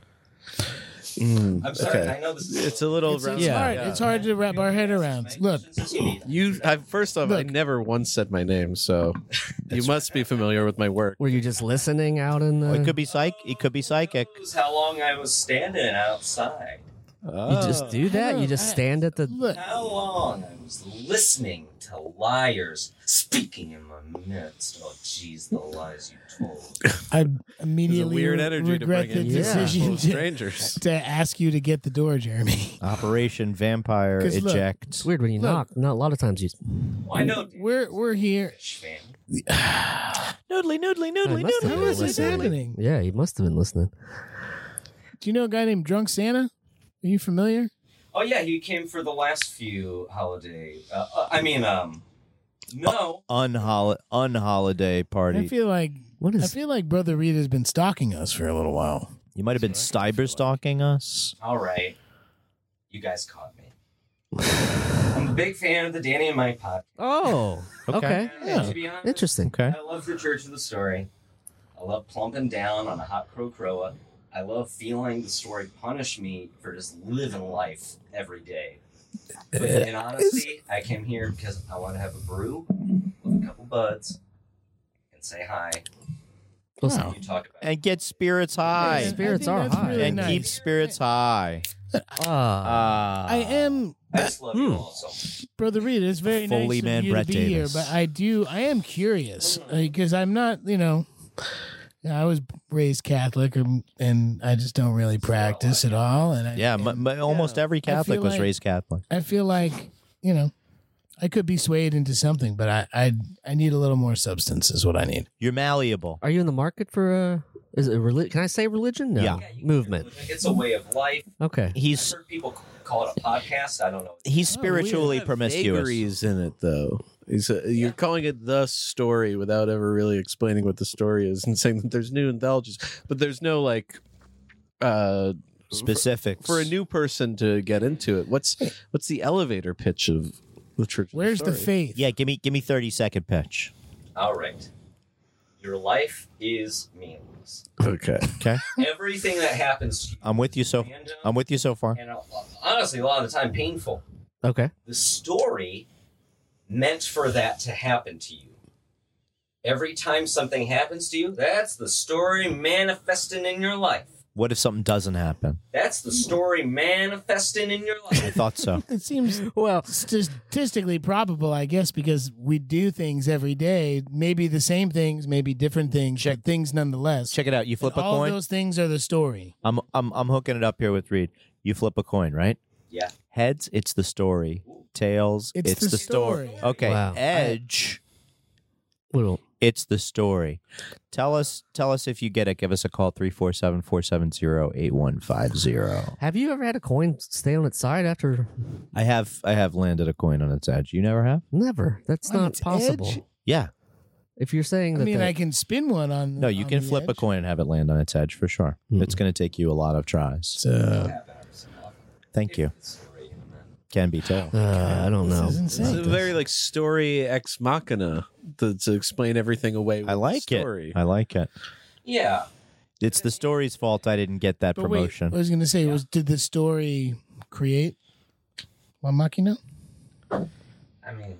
A: I'm sorry. I
G: Mm, okay.
A: know this is
G: It's a little
E: It's,
G: round-
E: it's hard. It's hard to wrap our head around. Look,
G: You, I, first off, I
E: Look.
G: never once said my name, so you must be familiar with my work.
F: were you just listening out in the?
D: Well, it could be psych. It could be psychic.
A: Knows how long I was standing outside.
F: you just do that. You just stand at the.
E: Oh, look.
A: How long I was listening to liars speaking in my midst. Oh, jeez, the lies you told.
E: I
G: It's a
E: immediately
G: weird
E: re-
G: energy to
E: regret
G: bring in
E: the
G: here full
E: decision
G: of
E: to,
G: strangers.
E: to ask you to get the door, Jeremy.
D: Operation Vampire
E: 'Cause look-
F: It's
D: Eject.
F: weird when you knock. Not a lot of times you.
A: Well, I know, dude,
E: We're we're here.
A: fan.
D: Noodly, noodly,
F: I must have
E: How
F: been
E: is this
F: listening.
E: happening?
F: Yeah, he must have been listening.
E: Do you know a guy named Drunk Santa? Are you familiar?
A: Oh yeah, he came for the last few holiday. Uh, uh, I mean, um, no.
D: Unhol- unholiday
E: I
D: party.
E: feel like
F: What
E: I
F: is?
E: feel like Brother Reed has been stalking us for a little while.
D: you might have been cyber stalking us.
A: All right, you guys caught me. I'm a big fan of the Danny and Mike podcast.
F: Oh, okay.
A: And To be honest,
F: Interesting.
D: Okay.
A: I love the Church of the Story. I love plumping down on a hot crow crowa. I love feeling the story punish me for just living life every day. But in honesty, I came here because I want to have a brew with a couple buds and say hi.
F: Listen,
A: You talk about
D: And get spirits high.
E: Man, I
F: Spirits
E: think
F: are
E: that's
F: high.
E: really
D: and keep
E: nice.
D: spirits high.
F: ah,
D: Ah.
E: I am
A: I just love
D: Hmm.
A: you all so much.
E: Brother Reed. It's very
D: Foley
E: nice
D: man
E: of you
D: Brett
E: to be
D: Davis.
E: here, but I do. I am curious because I'm not. You know, I was raised Catholic, and, and I just don't really practice at all. And I,
D: Yeah,
E: and
D: m- m- almost every Catholic was
E: like-
D: raised Catholic.
E: I feel like you know, I could be swayed into something, but I I I need a little more substance. Is what I need.
D: You're malleable.
F: are you in the market for a? Is it religion? Can I say religion? No.
D: Yeah.
F: Movement.
A: It's a way of life.
F: Okay.
A: I've
D: He's
A: heard people call it a podcast. I don't know.
D: he's spiritually promiscuous.
G: Vagaries in it, though. He's a, you're calling it the story without ever really explaining what the story is and saying that there's new anthologies, but there's no like uh
D: Specifics
G: for a new person to get into it. What's what's the elevator pitch of the church? of
E: Where's the
G: Story?
E: faith?
D: Yeah, give me give me thirty second pitch.
A: All right. Your life is meaningless.
G: Okay.
D: Okay,
A: Everything that happens to you
D: I'm with you so
A: Random.
D: I'm with you so far.
A: and uh, honestly, a lot of the time painful.
F: Okay.
A: The story meant for that to happen to you. Every time something happens to you, that's the story manifesting in your life.
D: What if something doesn't happen?
A: That's the story manifesting in your
D: I
A: life.
D: thought so.
E: It seems
F: Well,
E: statistically probable, I guess, because we do things every day. Maybe the same things, maybe different things, but things nonetheless.
D: Check it out. You flip a
E: All
D: coin.
E: those things are the story.
D: I'm I'm I'm hooking it up here with Reed. You flip a coin, right?
A: Yeah.
D: Heads, it's the story. Tails,
E: It's
D: it's,
E: the
D: the, story.
E: story.
D: Okay.
F: Wow.
D: Edge,
F: little
D: it's the story. Tell us tell us if you get it. Give us a call 347-470-8150.
F: Have you ever had a coin stay on its side after?
D: I have I have landed a coin on its edge. You never have?
F: Never. That's
E: On
F: not
E: its
F: possible.
E: edge?
D: Yeah.
F: If you're saying
E: I
F: that,
E: mean,
F: that-
E: I can spin one on.
D: No, you
E: on
D: can
E: the
D: flip a
E: edge.
D: coin and have it land on its edge for sure.
F: Mm.
D: It's going to take you a lot of tries.
E: So
D: Thank you.
A: Story, and then-
D: Can be told.
F: Uh, I don't
E: this
F: know.
E: is
G: It's
E: insane.
G: a very like story ex machina to, to explain everything away. With
D: I like
G: the story.
D: it. I like it.
A: Yeah.
D: It's the story's fault I didn't get that
E: But wait,
D: promotion.
E: I was going to say, was did the story create La Machina?
A: I mean,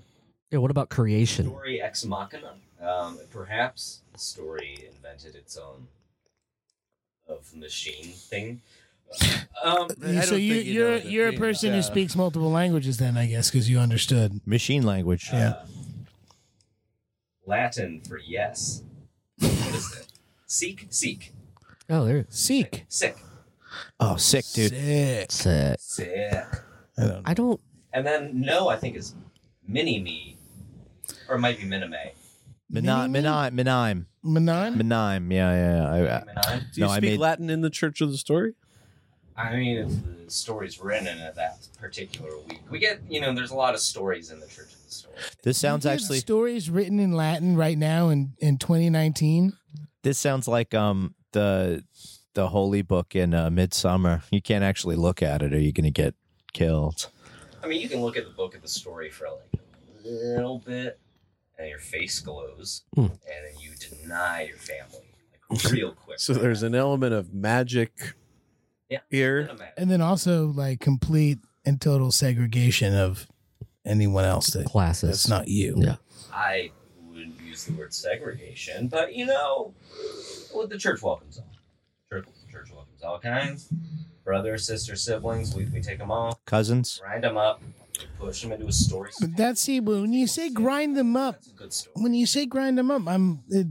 F: Yeah, what about creation?
A: story ex machina. Um, perhaps the story invented its own of machine thing. Um,
G: I
E: so
G: don't
E: you,
G: think you know
E: you're
G: what it
E: you're a
G: means.
E: person
G: Yeah.
E: who speaks multiple languages, then I guess, because you understood.
D: Machine language.
A: uh, Latin for yes. What is it? Seek, seek,
F: Oh, there.
E: Seek,
A: sick,
D: Oh, sick, dude.
E: Sick.
F: It's uh,
A: sick.
E: I don't.
F: I don't.
A: And then no, I think is mini me, or it might be minime.
D: Menai-
E: Mini-me?
D: Menai- Menime.
E: Manon.
D: Menime. Yeah, yeah, yeah. I- I,
A: Minime.
G: Do you
D: No, I
G: speak
D: made-
G: Latin in the Church of the Story?
A: I mean, if the story's written at that particular week, we get you know, there's a lot of stories in the Church of the Story.
D: this sounds
E: There's
D: actually.
E: stories written in Latin right now in in 2019.
D: This sounds like um the the holy book in uh, Midsummer. You can't actually look at it, or you're gonna get killed.
A: I mean, you can look at the book of the story for like a little bit, and your face glows,
F: Hmm.
A: and then you deny your family like real quick.
G: So there's an element of magic
A: Yeah.
G: here.
A: Minime.
E: and then also like complete and total segregation of anyone else that
F: Classes.
E: that's not you.
F: Yeah.
A: I wouldn't use the word segregation, but you know, well, the church welcomes all. Church, church welcomes all kinds. Brothers, sisters, siblings, we, we take them all,
D: Cousins.
A: grind them up, push them into a story.
E: But that's see when you say grind them up,
A: That's a good story.
E: when you say grind them up, I'm it,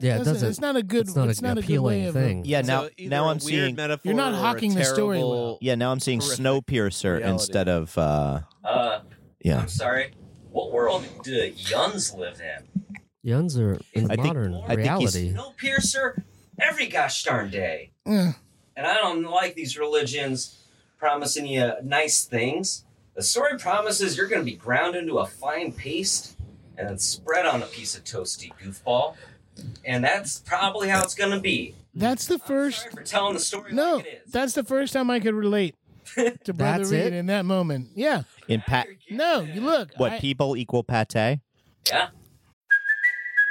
F: Yeah, it
E: doesn't-
F: doesn't.
E: It's not a good.
F: It's not,
E: it's
F: an
E: not a good
F: appealing
E: way of
F: thing.
D: Yeah. Now,
G: So either
D: now
G: a
D: I'm
G: weird
D: seeing.
G: metaphor
E: You're not
G: or a
E: hawking the story
G: terrible-
E: well.
D: Yeah, now I'm seeing
G: horrific
D: Snowpiercer
G: reality.
D: instead of. uh
A: Uh,
D: Yeah.
A: I'm sorry. What world do Yuns live in?
F: Yuns are in
D: I think-
F: modern
D: think
A: I
D: he's-
F: reality.
A: No piercer every gosh darn day.
E: Yeah.
A: And I don't like these religions promising you nice things. The story promises you're going to be ground into a fine paste and then spread on a piece of toasty goofball. And that's probably how it's going to be.
E: That's the first.
A: Sorry for telling the story
E: No,
A: like it is.
E: that's the first time I could relate to Brother
F: That's
E: Reed
F: it?
E: in that moment. Yeah.
D: In pat.
E: No, you look.
D: What
E: I-
D: people equal pate?
A: Yeah.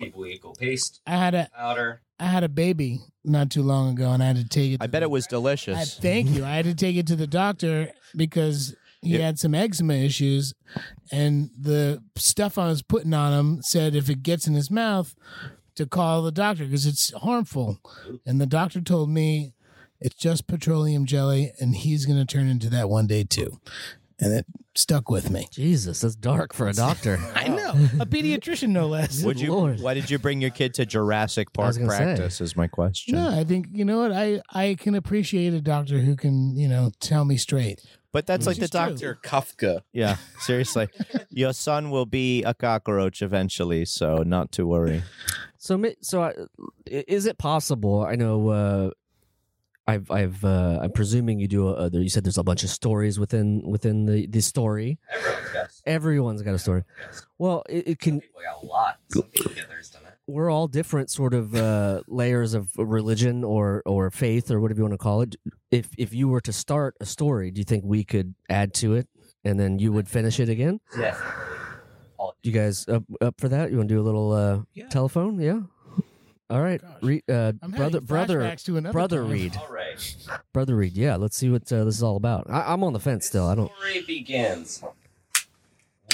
A: People equal paste,
E: I had a
A: powder.
E: I had a baby not too long ago, and I had to take it.
D: I
E: to
D: bet
E: the-
D: it was
E: I,
D: delicious.
E: thank you. I had to take it to the doctor because he had some eczema issues, and the stuff I was putting on him said if it gets in his mouth, to call the doctor because it's harmful. And the doctor told me it's just petroleum jelly, and he's going to turn into that one day too. And it stuck with me.
F: Jesus, that's dark for a doctor.
E: I know a pediatrician, no less.
D: Oh. Would you?
F: Lord.
D: Why did you bring your kid to Jurassic Park
F: was gonna say.
D: practice? Is my question.
E: No, I think you know what I. I can appreciate a doctor who can you know tell me straight.
D: But that's like the
E: is true.
D: doctor.
G: Dear Kafka.
D: Yeah, seriously. Your son will be a cockroach eventually, so not to worry.
F: So, ma- so I, i- is it possible? I know uh, I've I've uh, I'm presuming you do. A, a- there- you said there's a bunch of stories within within the the story.
A: Everyone's got
F: Everyone's got a story. Well, it, it can.
A: people got a lot. Some people get theirs done.
F: We're all different sort of uh, layers of religion or or faith or whatever you want to call it. If if you were to start a story, do you think we could add to it and then you would finish it again?
A: Yes.
F: You guys up up for that? You want to do a little uh,
E: Yeah.
F: telephone? Yeah. All right,
E: gosh.
F: Re- uh,
E: I'm
F: brother,
E: having
F: brother,
E: flashbacks to another
F: brother,
E: time.
F: read,
A: All right.
F: brother, read. Yeah, let's see what uh, this is all about. I- I'm on the fence still. I don't.
A: Story begins.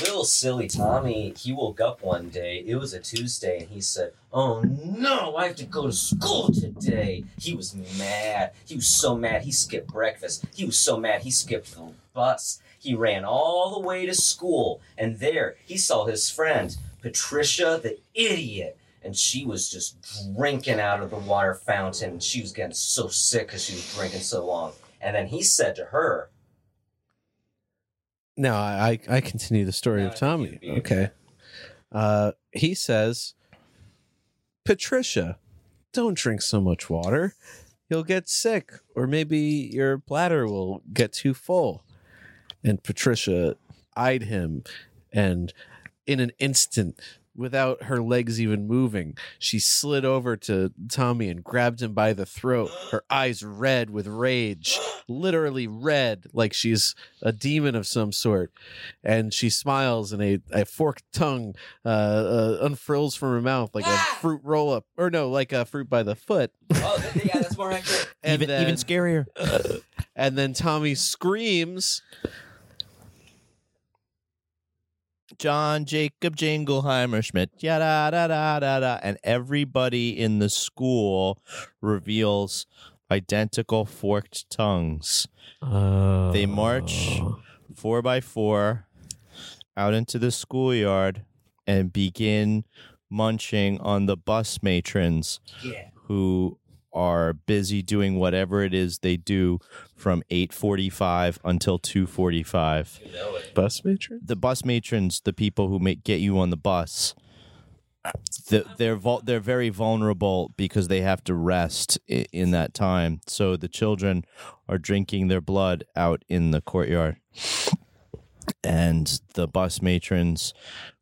A: Little silly Tommy, he woke up one day. It was a Tuesday, and he said, "Oh no, I have to go to school today." He was mad. He was so mad. He skipped breakfast. He was so mad. He skipped the bus. He ran all the way to school, and there he saw his friend Patricia, the idiot. And she was just drinking out of the water fountain. She was getting so sick because she was drinking so long. And then he said to her,
G: No, I I I continue the story
A: No,
G: of
A: I think
G: Tommy.
A: you'd be-
G: Okay. Uh, he says, Patricia, don't drink so much water. You'll get sick, or maybe your bladder will get too full. And Patricia eyed him, and in an instant, without her legs even moving, she slid over to Tommy and grabbed him by the throat, her eyes red with rage, literally red, like she's a demon of some sort. And she smiles, and a, a forked tongue uh, uh, unfurls from her mouth like a fruit roll up, or no, like a fruit by the foot.
A: Oh, that- yeah, that's more accurate.
G: And
D: even
G: then,
D: even scarier.
G: and then Tommy screams.
D: John Jacob Jingleheimer Schmidt, ya da da da da da, and everybody in the school reveals identical forked tongues.
F: Uh,
D: They march four by four out into the schoolyard and begin munching on the bus matrons
A: Yeah.
D: who are busy doing whatever it is they do from 8:45 until 2:45
A: You know it.
G: Bus matron?
D: the bus matrons, the people who make, get you on the bus, the, they're vul, they're very vulnerable because they have to rest in, in that time. So the children are drinking their blood out in the courtyard, and the bus matrons,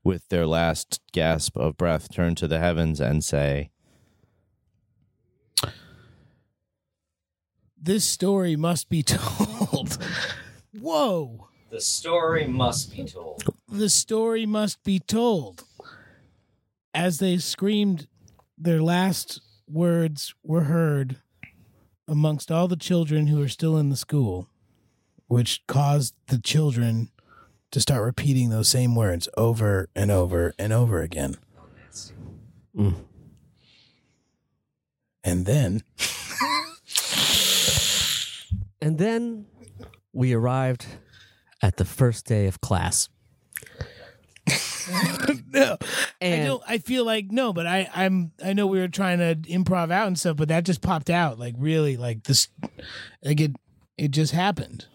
D: with their last gasp of breath, turn to the heavens and say,
E: This story must be told. Whoa.
A: The story must be told.
E: The story must be told. As they screamed, their last words were heard amongst all the children who are still in the school, which caused the children to start repeating those same words over and over and over again. And then
F: And then we arrived at the first day of class.
E: no, I
F: And-
E: don't. I feel like no, but I, I'm. I know we were trying to improv out and stuff, but that just popped out. Like really, like this, like it, it just happened.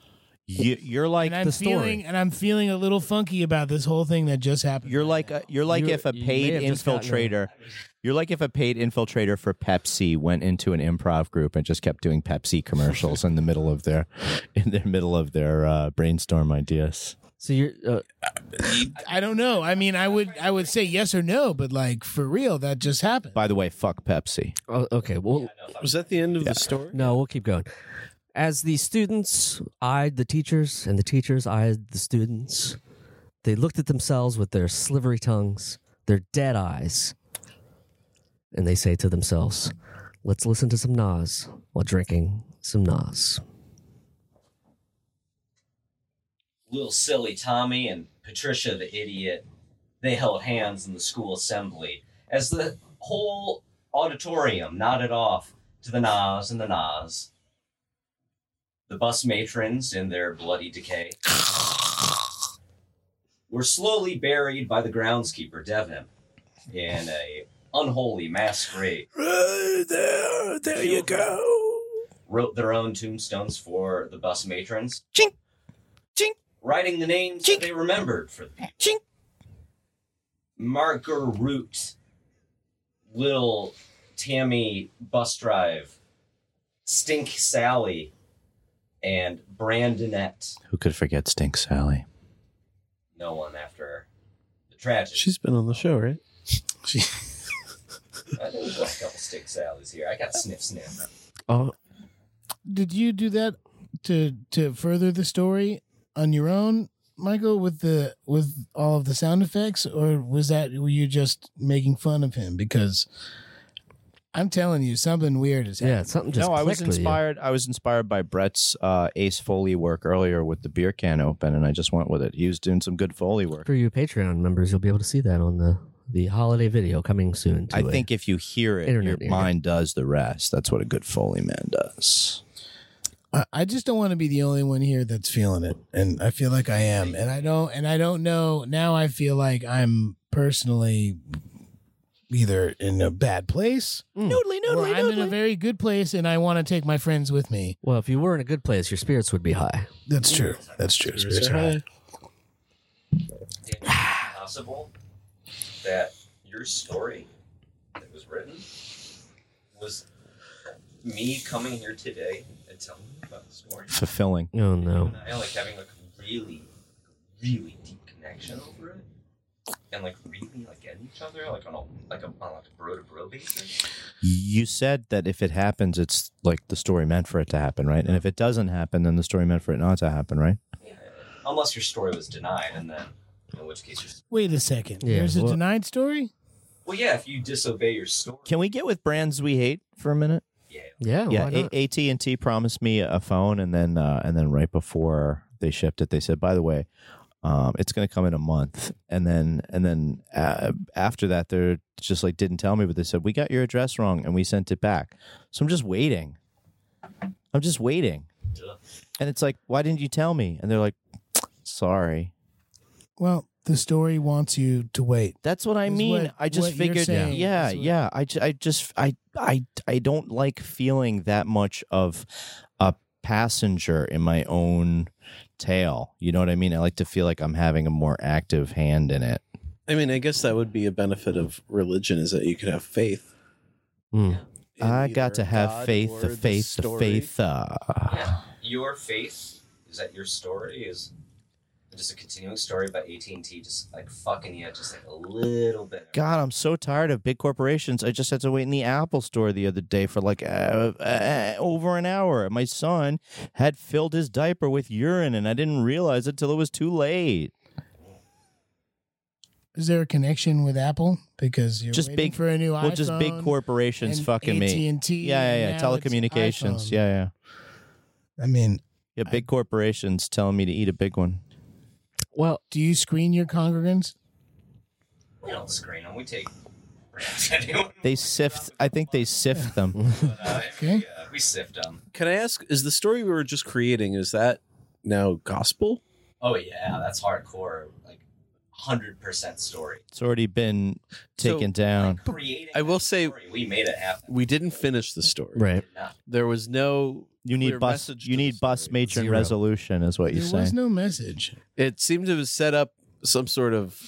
D: you, "You're like
E: and I'm
D: the story."
E: feeling, and I'm feeling a little funky about this whole thing that just happened.
D: You're like a, you're like
F: You're-
D: if a
F: you may
D: paid
F: have just gotten a-
D: infiltrator. You're like if a paid infiltrator for Pepsi went into an improv group and just kept doing Pepsi commercials in the middle of their in their middle of their uh, brainstorm ideas.
F: So you're uh,
E: I don't know. I mean, I would, I would say yes or no, but like for real, that just happened.
D: By the way, fuck Pepsi.
F: oh, okay. Well,
G: Was that the end of the story?
F: no, we'll keep going. As the students eyed the teachers, and the teachers eyed the students, they looked at themselves with their slivery tongues, their dead eyes, and they say to themselves, "Let's listen to some Nas while drinking some Nas."
A: Little silly Tommy and Patricia the idiot, they held hands in the school assembly as the whole auditorium nodded off to the Nas and the Nas. The bus matrons, in their bloody decay, were slowly buried by the groundskeeper, Devin, in a unholy masquerade.
G: there, Oh, there you go.
A: wrote their own tombstones for the bus matrons.
D: Chink. Chink.
A: Writing the names
D: Chink.
A: that they remembered for them.
D: Chink.
A: Margaret, Little Tammy Bus Drive, Stink Sally and Brandonette.
D: Who could forget Stink Sally?
A: No one after the tragedy.
G: She's been on the show, right?
A: I know we've got a couple Stink Sallies here. I got sniff sniff.
F: Oh,
E: Did you do that to to further the story on your own, Michael, with the with all of the sound effects, or was that were you just making fun of him? Because I'm telling you, something weird is happening.
F: yeah, something just
D: no, I was
F: clicked with you.
D: inspired. I was inspired by Brett's uh, Ace Foley work earlier with the beer can open, and I just went with it. He was doing some good Foley work.
F: For you Patreon members, you'll be able to see that on the the holiday video coming soon. to
D: I
F: a-
D: think if you hear it,
F: Internet
D: your
F: ear.
D: mind does the rest. That's what a good Foley man does.
E: I- I just don't want to be the only one here that's feeling it, and I feel like I am, and I don't, and I don't know. Now I feel like I'm personally either in a bad place,
D: Noodly,
E: Mm. or I'm in a very good place, and I want to take my friends with me.
F: Well, if you were in a good place, your spirits would be high.
E: That's true. That's true. Spirits are high.
A: Daniel, is it possible that your story that was written was me coming here today and telling you about the story?
D: Fulfilling.
F: Oh no.
A: And I like having like really, really deep connection over it. And like really like getting each other like on a like a on like a bro to bro basis.
D: You said that if it happens, it's like the story meant for it to happen, right? And if it doesn't happen, then the story meant for it not to happen, right?
A: Yeah. Unless your story was denied and then in which case you're
E: Wait a second.
F: Yeah,
E: There's a
F: well-
E: denied story.
A: well yeah, if you disobey your story
D: Can we get with brands we hate for a minute?
A: yeah.
F: Yeah.
D: yeah,
F: Oh, why
D: A-
F: not?
D: AT&T promised me a phone and then uh, and then right before they shipped it they said by the way um, it's going to come in a month and then and then uh, after that they're just like didn't tell me but they said we got your address wrong and we sent it back. So I'm just waiting. I'm just waiting. And it's like why didn't you tell me? And they're like sorry.
E: Well, the story wants you to wait.
D: That's what I
E: Is
D: mean.
E: what-
D: I just
E: what you're
D: figured, yeah,
E: saying
D: yeah,
E: is what-
D: I, ju- I just, I, I, I don't like feeling that much of a passenger in my own tale. You know what I mean? I like to feel like I'm having a more active hand in it.
G: I mean, I guess that would be a benefit of religion is that you could have faith.
F: Mm.
G: in
D: Hmm. I got
G: either
D: to have
G: God
D: faith,
G: or
D: the faith, the
G: story.
D: faith. Uh,
A: Yeah. Your faith is that your story is just a continuing story about AT and T, just like fucking you, just like a little bit.
D: God, I'm so tired of big corporations. I just had to wait in the Apple store the other day for like uh, uh, over an hour. My son had filled his diaper with urine, and I didn't realize it till it was too late.
E: Is there a connection with Apple? Because you're
D: Just
E: waiting
D: big-
E: for a new iPhone.
D: Well, just big corporations
E: and
D: fucking me.
E: AT&T,
D: Yeah, yeah,
E: and
D: yeah.
E: now it's
D: Telecommunications.
E: iPhone.
D: Yeah, yeah.
E: I mean,
D: Yeah, big corporations telling me to eat a big one.
F: Well,
E: do you screen your congregants?
A: We don't screen them. We take. brands anyway.
D: They sift. I think they sift them.
A: But, uh,
E: Okay.
A: we, uh, we sift them.
G: Can I ask, is the story we were just creating, is that now gospel?
A: Oh yeah, that's hardcore. Like hundred percent story.
D: It's already been
G: So-
D: taken down.
A: Like, creating.
G: I will
A: that
G: say-
A: story, we made it happen.
G: We didn't finish the story.
F: right.
G: There was no.
D: You need
G: clear
D: bus.
G: message
D: You
G: to the
D: need bus
G: story.
D: matron
F: Zero.
D: resolution, is what
E: There
D: you're saying.
E: was no message.
G: It seemed to have set up some sort of,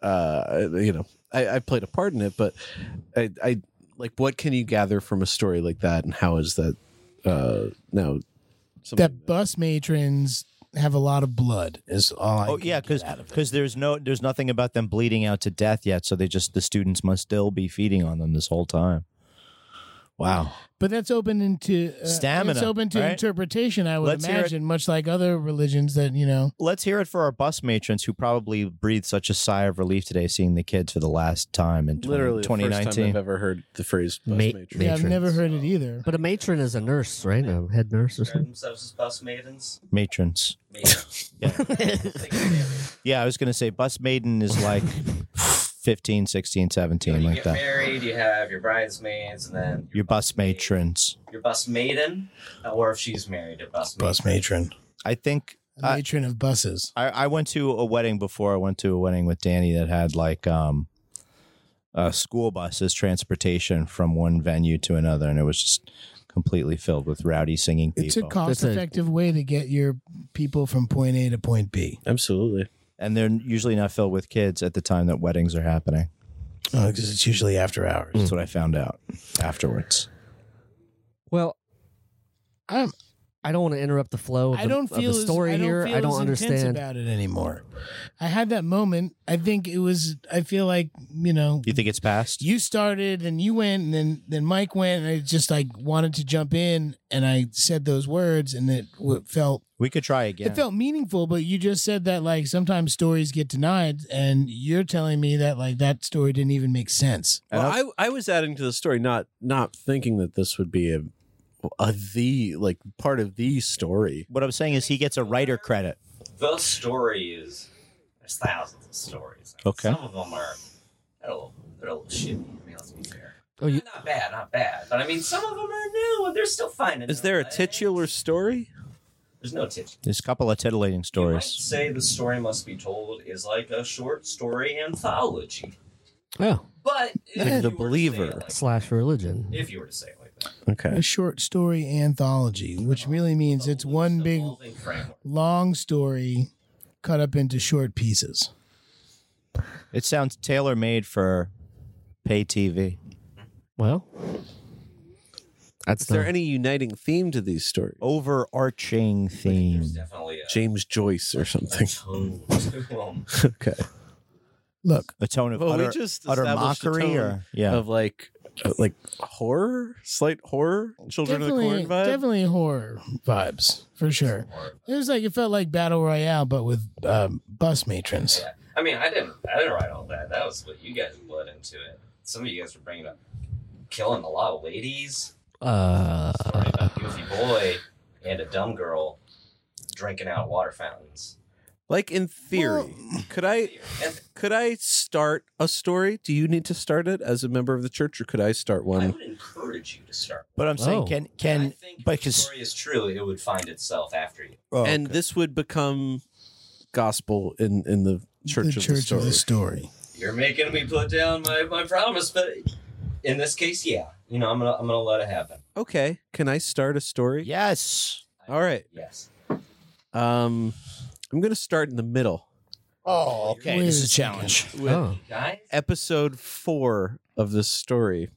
G: uh, you know, I, I played a part in it, but I, I like what can you gather from a story like that, and how is that uh, now? something
E: That bus matrons have a lot of blood. Is all. I
D: oh
E: can
D: yeah,
E: get
D: because
E: out of it.
D: there's no there's nothing about them bleeding out to death yet. So they just the students must still be feeding on them this whole time. Wow.
E: But that's open into uh,
D: Stamina,
E: It's open to
D: right?
E: interpretation. I would
D: Let's hear it.
E: imagine, much like other religions, that you know.
D: Let's hear it for our bus matrons who probably breathed such a sigh of relief today seeing the kids for the last time in 20,
G: Literally, the first
D: 2019.
G: time I've ever heard the phrase bus
F: Ma-
G: matron.
E: Yeah, I've
F: Matrons.
E: never heard it either.
F: But a matron is a nurse, right? A head nurse or
A: Describe
F: something.
A: themselves as bus maidens.
D: matrons.
A: Maidens. Like,
D: Yeah, I was going to say bus maiden is like 15, 16,
A: you
D: 17,
A: know, you
D: like
A: get
D: that.
A: married, you have your bridesmaids, and then
D: Your bus matrons.
A: your bus maiden, or if she's married, a bus maiden.
E: matron,
D: I think
E: a
D: I-
E: matron of buses.
D: I, I went to a wedding before I went to a wedding with Danny that had like um uh school buses transportation from one venue to another and it was just completely filled with rowdy singing people.
E: It's a
F: That's a-
E: cost-effective way to get your people from point A to point B.
G: Absolutely.
D: and they're usually not filled with kids at the time that weddings are happening.
E: Oh,
F: Hmm.
E: because it's usually after hours.
D: That's what I found out afterwards.
F: Well,
E: I'm,
F: I don't want to interrupt the flow of the,
E: I don't
F: of the
E: feel as-
F: story
E: I don't
F: here.
E: Feel
F: I don't
E: as intense
F: understand.
E: about it anymore. I had that moment. I think it was. I feel like you know
D: You think it's past?
E: you started and you went and then then Mike went and I just like wanted to jump in and I said those words and it w- felt
D: We could try again.
E: it felt meaningful but you just said that like sometimes stories get denied and you're telling me that like that story didn't even make sense.
D: And I-
G: Well, I, I was adding to the story, not not thinking that this would be a, a the like part of the story.
D: what I'm saying is he gets a writer credit.
A: the story is there's thousands of stories.
D: Okay.
A: Some of them are they're a little, they're a little shitty. I mean, let's be fair.
F: Oh, you-
A: not bad, not bad. But I mean, some of them are new and they're still finding.
G: Is
A: their
G: there a
A: legs.
G: titular story?
A: There's no titular.
D: There's a couple of titillating
A: You might
D: stories.
A: say the story must be told is like a short story anthology,
F: Oh,
A: but if
G: Like
A: you
G: The
A: were to say it
G: Believer.
A: like-
F: slash religion.
A: if you were to say it like that,
G: Okay.
E: A short story anthology, which really means it's one big
A: Evolving framework.
E: long story cut up into short pieces.
D: It sounds tailor made for pay TV.
F: Well, that's
G: Is there
F: the-
G: any uniting theme to these stories?
D: Overarching theme.
A: There's definitely a
G: James Joyce or something.
A: tone to them.
G: okay.
E: Look,
D: A tone of
G: Well,
D: utter,
G: we just
D: utter
G: established a
D: mockery,
G: tone
D: or yeah,
G: of like like horror, slight horror, children of
E: definitely,
G: the corn vibe.
E: definitely horror vibes for sure. It was like it felt like battle royale, but with um, bus matrons.
A: Yeah. I mean, I didn't, I didn't write all that. That was what you guys bled into it. Some of you guys were bringing up killing a lot of ladies.
F: uh,
A: Story about a goofy boy and a dumb girl drinking out of water fountains.
G: Like in theory, could I
A: And
G: could I start a story? Do you need to start it as a member of the church, or could I start
A: I
G: one?
A: would encourage you to start.
D: But I'm saying
F: Oh.
D: can
A: And I
D: can
A: think if the
D: because
A: story is true, it would find itself after you.
D: oh,
G: and
D: okay.
G: this would become gospel in in the church,
E: the Church
G: of, the story.
E: of the Story.
A: You're making me put down my, my promise, but in this case, yeah, you know, I'm gonna I'm gonna let it happen.
G: Okay, can I start a story?
D: yes,
G: All right.
A: Yes.
G: Um, I'm gonna start in the middle.
D: oh okay,
E: Wait
D: this
E: a
D: is a challenge.
G: With
F: oh,
A: Guys,
G: episode four of this story,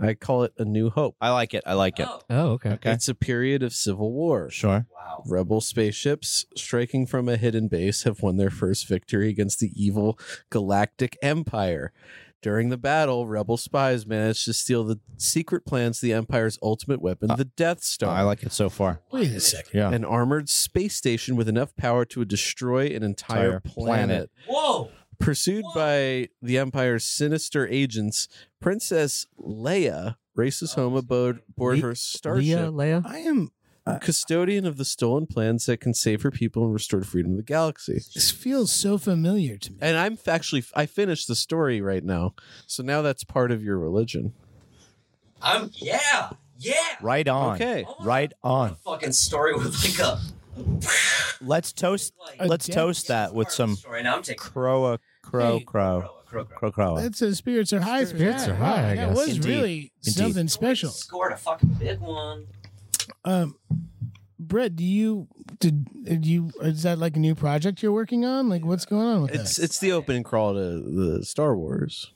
G: I call it a new hope.
D: I like it. I like it.
A: Oh,
F: oh, okay.
D: Okay.
G: It's a period of civil war.
D: Sure.
A: wow.
G: Rebel spaceships striking from a hidden base have won their first victory against the evil Galactic Empire. During the battle, rebel spies managed to steal the secret plans to the Empire's ultimate weapon, the Death Star.
D: Uh, I like it so far.
E: Wait a second.
D: Yeah.
G: an armored space station with enough power to destroy an entire,
D: Entire planet.
G: planet.
A: Whoa.
G: Pursued
A: What?
G: by the Empire's sinister agents, Princess Leia races home aboard aboard her
F: Leah,
G: starship,
F: Leia.
E: I am.
G: custodian of the stolen plans that can save her people and restore freedom to the galaxy.
E: This feels so familiar to me.
G: And I'm actually I finished the story right now, so now that's part of your religion.
A: I'm yeah. Yeah.
D: Right on.
G: Okay,
D: Right on.
A: fucking story with like a
D: Let's toast.
A: like
D: Let's
E: death
D: toast that with some
A: story. Now I'm taking
D: croa, crow,
E: Hey.
D: crow,
A: Crow, crow, crow.
D: crow, crow.
E: That's a spirits are high. for
F: Spirits
E: that.
F: are high, I
E: That
F: guess.
E: was
D: Indeed.
E: really
D: Indeed.
E: something special.
A: Scored a fucking big one.
E: Um, Brett, do you did, did you is that like a new project you're working on? Like what's going on with
G: It's it's the opening crawl to the Star Wars.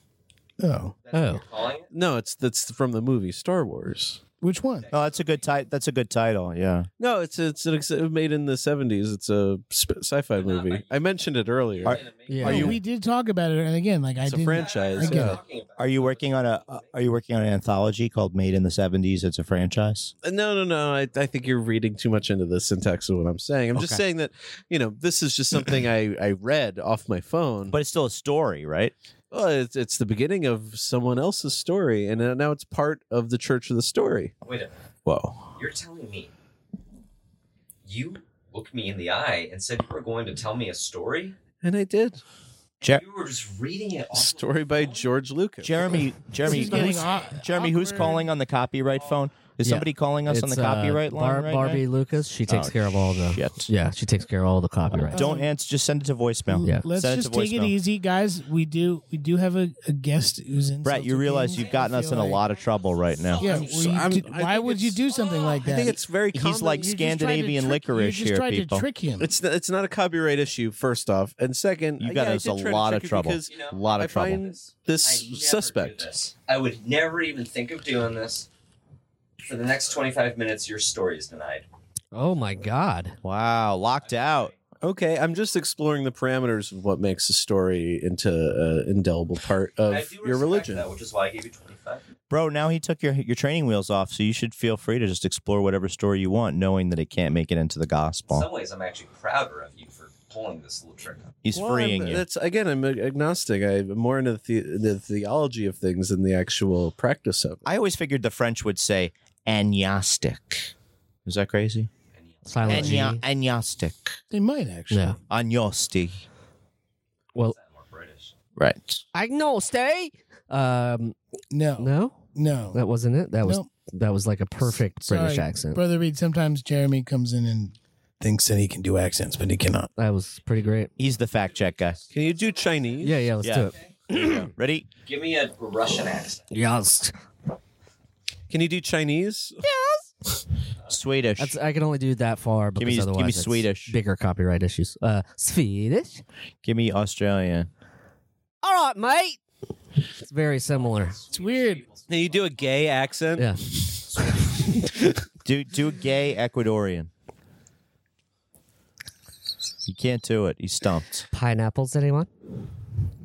E: that? Oh,
A: That's what
F: Oh.
A: you're calling it.
G: No, it's that's from the movie Star Wars.
E: which one?
D: Oh, that's a good title. That's a good title. Yeah.
G: No, it's it's an ex- made in the seventies. It's a sp- sci-fi movie. I mentioned it earlier.
D: Are-
F: Yeah.
E: No,
D: you-
E: Oh, we did talk about it, and again, like I
G: it's a
E: didn't. I
G: franchise. Uh,
E: get
G: Yeah.
D: Are you working on a uh, Are you working on an anthology called Made in the Seventies? It's a franchise.
G: No, no, no. I, I think you're reading too much into the syntax of what I'm saying. I'm just
D: Okay.
G: saying that you know this is just something I I read off my phone.
D: But it's still a story, right?
G: well, it's it's the beginning of someone else's story, and uh, now it's part of the Church of the Story.
A: Wait a minute.
G: Whoa.
A: You're telling me you looked me in the eye and said you were going to tell me a story?
G: And I did
D: Jer-
A: You were just reading it off of
G: story
A: your
G: by
A: phone?
G: George Lucas.
D: Jeremy, Jeremy,
E: This is getting
D: who's,
E: aw-
D: Jeremy, who's
E: awkward. Oh.
D: calling on the copyright phone? Is
F: Yeah.
D: somebody calling us on the
F: It's, uh,
D: copyright line
F: Bar-
D: right now?
F: Barbie Lucas. She takes
D: Oh,
F: care of all the.
D: shit.
F: Yeah, she takes care of all the copyright.
D: Don't answer. Just send it to voicemail.
F: Yeah.
E: Let's
D: send
E: just
D: it to
E: take it
D: voicemail.
E: easy, guys. We do we do have a, a guest who's in.
D: Brett, you
E: Celtic
D: realize
E: Games.
D: you've
E: I
D: gotten us
E: feel
D: in a
E: like-
D: lot of trouble right now.
E: Yeah,
G: I'm
E: were
G: so-
E: you-
G: I'm-
E: did-
G: I
E: why
G: think
E: would you
G: it's-
E: do something like
G: I
E: that?
G: think it's very.
D: He's like
E: You just tried to
D: Scandinavian
E: trick-
D: licorice
E: you just
D: here,
E: tried
D: people.
E: To trick him.
G: It's it's not a copyright issue, first off, and second,
D: You
G: uh,
D: got
G: yeah, I
D: us
G: did
D: a
G: try to
D: lot
G: trick
D: of
G: you
D: trouble.
G: because
A: You know,
D: A lot
G: I
D: of trouble.
G: find this
A: I never do
G: suspect.
A: this. I would never even think of doing this. For the next 25 minutes, your story is denied.
F: Oh my God.
D: Wow, locked out.
G: Okay, I'm just exploring the parameters of what makes a story into an indelible part
A: And I
G: of
A: do
G: your
A: respect
G: religion.
A: that, which is why I gave you 25.
D: Bro, now he took your your training wheels off, so you should feel free to just explore whatever story you want, knowing that it can't make it into the
A: In
D: gospel.
A: some ways, I'm actually prouder of you for pulling this little trick. Up.
D: He's
G: Well,
D: freeing
G: I'm-
D: you.
G: That's again, I'm agnostic. I'm more into the, the theology of things than the actual practice of it.
D: I always figured the French would say agnostic. Is that crazy?
F: Silent G.
D: Agno- Agnostic.
E: They might actually.
F: Yeah.
D: Agnostic.
F: Well,
A: More British.
D: Right.
F: I know, stay. Um,
E: No. No.
F: no, that wasn't it. That was
E: Nope.
F: that was like a perfect British
E: Sorry,
F: accent.
E: Brother Reed, sometimes Jeremy comes in and thinks that he can do accents, but he cannot.
F: that was pretty great.
D: He's the fact check guy.
G: Can you do Chinese?
F: Yeah, yeah. Let's
D: Yeah.
F: do it.
D: Ready?
A: Give me a Russian accent.
F: Yes.
G: Can you do Chinese?
D: Swedish.
F: That's, I can only do that far because
D: me- give me
F: otherwise it's
D: Swedish.
F: bigger copyright issues. Uh, Swedish.
D: Give me Australia.
F: All right, mate. It's very similar.
E: It's weird.
G: Can you do a gay accent?
F: Yeah.
D: Do do a gay Ecuadorian. You can't do it. He's stumped.
F: Pineapples, anyone?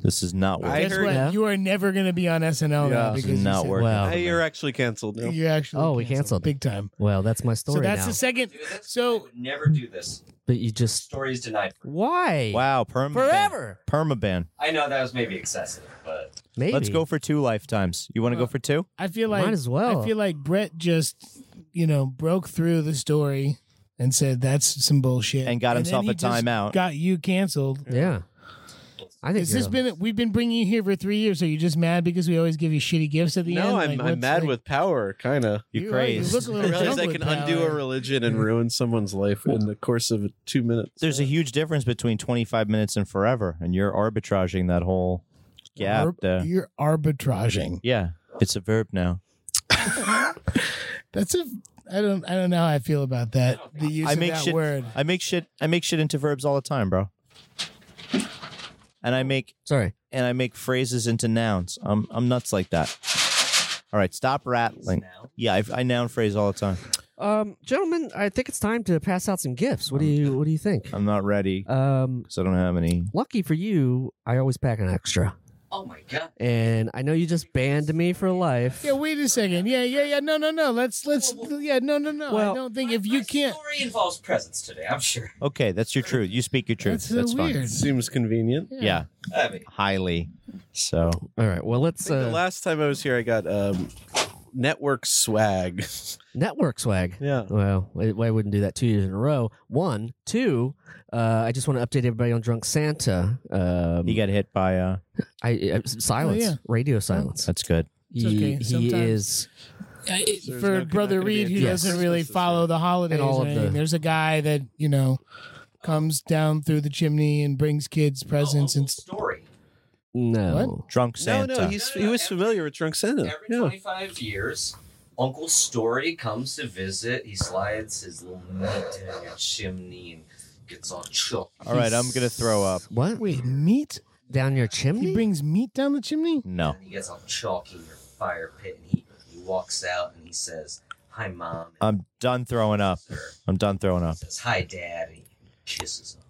D: This is not working.
G: I
E: Guess
G: heard.
E: what?
F: Yeah.
E: You are never going to be on SNL now
D: This
E: because
D: is
E: you
D: not
E: said-
D: working.
F: Well,
G: Hey, you're actually canceled. now.
E: You're actually
F: Oh, we canceled.
E: big time.
F: Well, that's my story
E: So that's
F: now.
E: the second.
A: Dude, that's- I
E: So
A: would never do this.
F: but you just
A: Story is denied. For
F: why?
D: Wow, perma
F: Forever.
D: Permaban.
A: I know that was maybe excessive, but
F: Maybe.
D: Let's go for two lifetimes. You want to go for two?
E: I feel like
F: Might as well.
E: I feel like Brett just you know broke through the story and said that's some bullshit
D: And got himself
E: then he
D: a
E: just
D: timeout.
E: Got you canceled.
F: Yeah. I think
E: Has this
F: you're-
E: been? We've been bringing you here for three years. Are you just mad because we always give you shitty gifts at the end?
G: No, I'm,
E: Like,
G: I'm
E: what's,
G: mad
E: like-
G: with power, kind of.
D: You're
E: You are- you
D: crazy.
E: look a
G: I
E: little
G: realize
E: drunk
G: I
E: with
G: can undo a
E: power.
G: religion and ruin someone's life in the course of two minutes.
D: There's a huge difference between 25 minutes and forever, and you're arbitraging that whole gap.
E: Arb-
D: there.
E: You're arbitraging.
D: Yeah, it's a verb now.
E: That's a. I don't. I don't know how I feel about that. The use
D: I
E: of
D: make
E: that
D: shit.
E: word.
D: I make shit. I make shit into verbs all the time, bro. And I make
F: Sorry.
D: and I make phrases into nouns. I'm I'm nuts like that. All right, stop rattling. Yeah, I, I noun phrase all the time.
F: Um, gentlemen, I think it's time to pass out some gifts. What do you What do you think?
D: I'm not ready
F: Um,
D: because I don't have any.
F: lucky for you, I always pack an extra,
A: oh my god,
F: and I know you just banned me for life.
E: Yeah. Wait a second. Yeah. Yeah. Yeah. No. No. No. Let's. Let's. Yeah. No. No. No.
F: Well-
E: I don't think if you can't.
A: story involves presents today. I'm sure.
D: Okay, that's your truth. You speak your truth.
E: That's,
D: That's,
E: so
D: fine.
E: weird.
G: Seems convenient.
D: Yeah,
A: I mean,
D: highly. So
F: All right. Well, let's
G: The
F: uh,
G: last time I was here, I got um, network swag.
F: network swag.
G: Yeah.
F: Well, I, I wouldn't do that two years in a row. One, two. Uh, I just want to update everybody on Drunk Santa. Um,
D: he got hit by. uh
F: I, I silence,
E: Oh, yeah.
F: radio silence.
D: That's good.
E: It's okay.
F: He, he
E: Sometimes-
F: is.
E: I-
G: there's
E: for
G: not-
E: brother
G: not gonna be
E: Reed,
G: a
E: who
F: Yes.
E: doesn't really
G: Christmas this
E: follow the holidays
F: And all
E: or
F: of
E: anything,
F: the-
E: there's a guy that you know comes down through the chimney and brings kids presents
A: oh,
E: and st-
A: story.
F: No.
D: Drunk Santa.
G: No, no, he's,
A: No, no,
G: he was
A: no,
G: familiar with Drunk Santa.
A: Every
G: Yeah.
A: 25 years, Uncle Story comes to visit. He slides his little meat down your chimney and gets all choked.
D: all right, I'm gonna throw up.
F: What?
E: wait meat.
F: Down your chimney?
E: He brings meat down the chimney.
D: No.
A: He gets all chalky in your fire pit and he, he walks out and he says, Hi, Mom. And
D: I'm done throwing up. I'm done throwing up.
A: says, Hi, Dad. And he kisses him.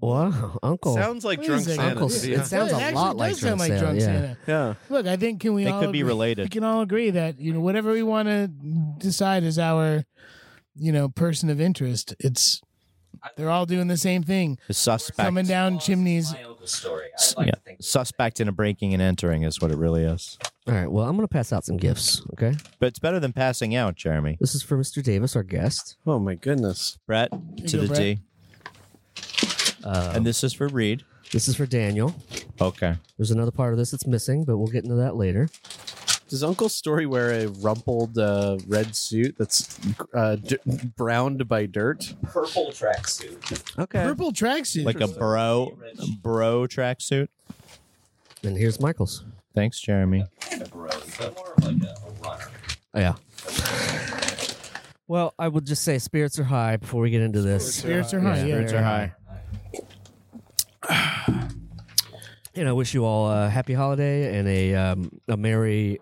F: Wow, Uncle.
G: Sounds like
E: Wait a
G: Drunk
E: second.
G: Santa.
F: Uncle
G: to
F: S-
G: me.
F: it sounds
E: It
F: a
E: actually
F: lot like
E: does sound
F: Drunk
E: like
F: Santa,
E: drunk
F: yeah.
E: Santa.
G: yeah.
E: Look, I think can we
D: They
E: all
D: could be
E: agree-
D: related.
E: We can all agree that you know whatever we want to decide is our you know person of interest. It's they're all doing the same thing,
D: The suspect.
E: coming down chimneys.
A: My Uncle Story. I like
D: yeah.
A: to think
D: Suspect in a breaking and entering is what it really is.
F: All right, well, I'm going to pass out some gifts, okay?
D: But it's better than passing out, Jeremy.
F: This is for Mr. Davis, our guest.
G: Oh my goodness.
D: Brett to
E: go,
D: the
E: Brett.
D: D. Um, and this is for Reed.
F: This is for Daniel.
D: Okay.
F: There's another part of this that's missing, but we'll get into that later.
G: Does Uncle Story wear a rumpled uh, red suit that's uh, d- browned by dirt?
A: purple tracksuit.
G: Okay.
E: Purple tracksuit.
D: Like a bro bro tracksuit.
F: And here's Michael's.
D: Thanks, Jeremy.
A: Kind of bro, but more of like a, a runner.
G: Oh,
F: yeah. Well, I would just say spirits are high before we get into this.
E: spirits are high. Yeah,
F: Spirits are high. And I wish you all a happy holiday and a um, a merry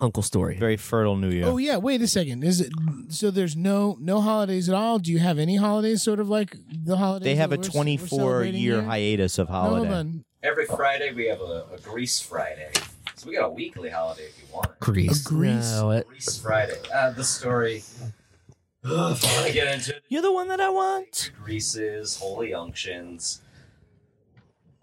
F: Uncle Story.
D: Very fertile New Year.
E: Oh yeah, wait a second. Is it so? There's no no holidays at all. Do you have any holidays? Sort of like the holidays.
D: they have
E: that
D: a
E: we're- we're
D: 24
E: celebrating
D: year
E: here?
D: hiatus of
E: No, hold
D: holiday.
E: on.
A: Every Friday we have a, a Grease Friday, so we got a weekly holiday if you want. it.
F: Greece.
E: Grease.
F: No, it-
A: Grease Friday. Uh, the story. Ugh, if I want to get into it,
D: You're the one that I want.
A: greases, holy unctions,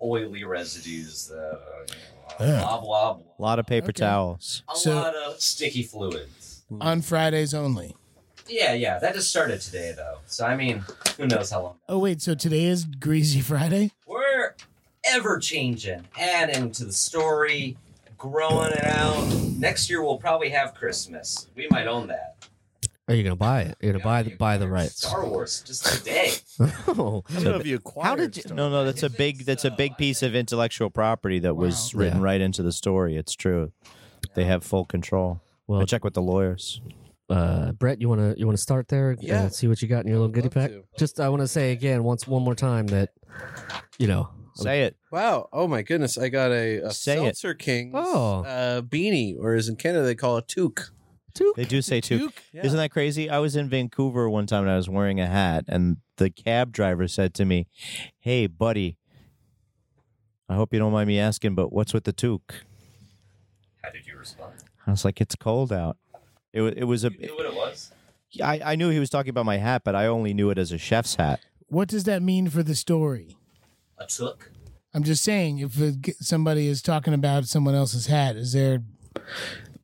A: oily residues, uh, you know,
E: Yeah.
A: blah blah blah.
D: A lot of paper
E: Okay.
D: towels.
A: A
E: So-
A: lot of sticky fluids.
E: on Fridays only.
A: Yeah, yeah. That just started today though, so I mean, who knows how long.
E: Oh wait, so today is Greasy Friday.
A: We're ever changing, adding to the story, growing it out. Next year we'll probably have Christmas. We might own that.
F: Are you gonna buy it? You're gonna buy the buy the rights.
A: Star Wars just today.
F: Oh,
D: How did you? No, no, that's a big. That's a big piece of intellectual property that was
E: Wow.
D: written
F: Yeah.
D: right into the story. It's true. They have full control.
F: Well-
D: I check with the lawyers.
F: uh, Brett, you wanna you wanna start there?
G: Yeah.
F: Uh, see what you got in your little goodie
G: love
F: pack.
G: to.
F: Just I want to say again once one more time that you know.
D: Say it.
G: Wow! Oh my goodness! I got a, a
D: Say it.
G: Seltzer King's
F: Oh.
G: uh, beanie, or as in Canada they call it toque.
D: They do say too.
G: Yeah.
D: Isn't that crazy? I was in Vancouver one time and I was wearing a hat, and the cab driver said to me, "Hey, buddy, I hope you don't mind me asking, but what's with the toque?"
A: How did you respond?
D: I was like, "It's cold out." It, wa- it was a.
A: You knew what it was.
D: I, I knew he was talking about my hat, but I only knew it as a chef's hat.
E: What does that mean for the story?
A: A took.
E: I'm just saying, if uh, g- somebody is talking about someone else's hat, is there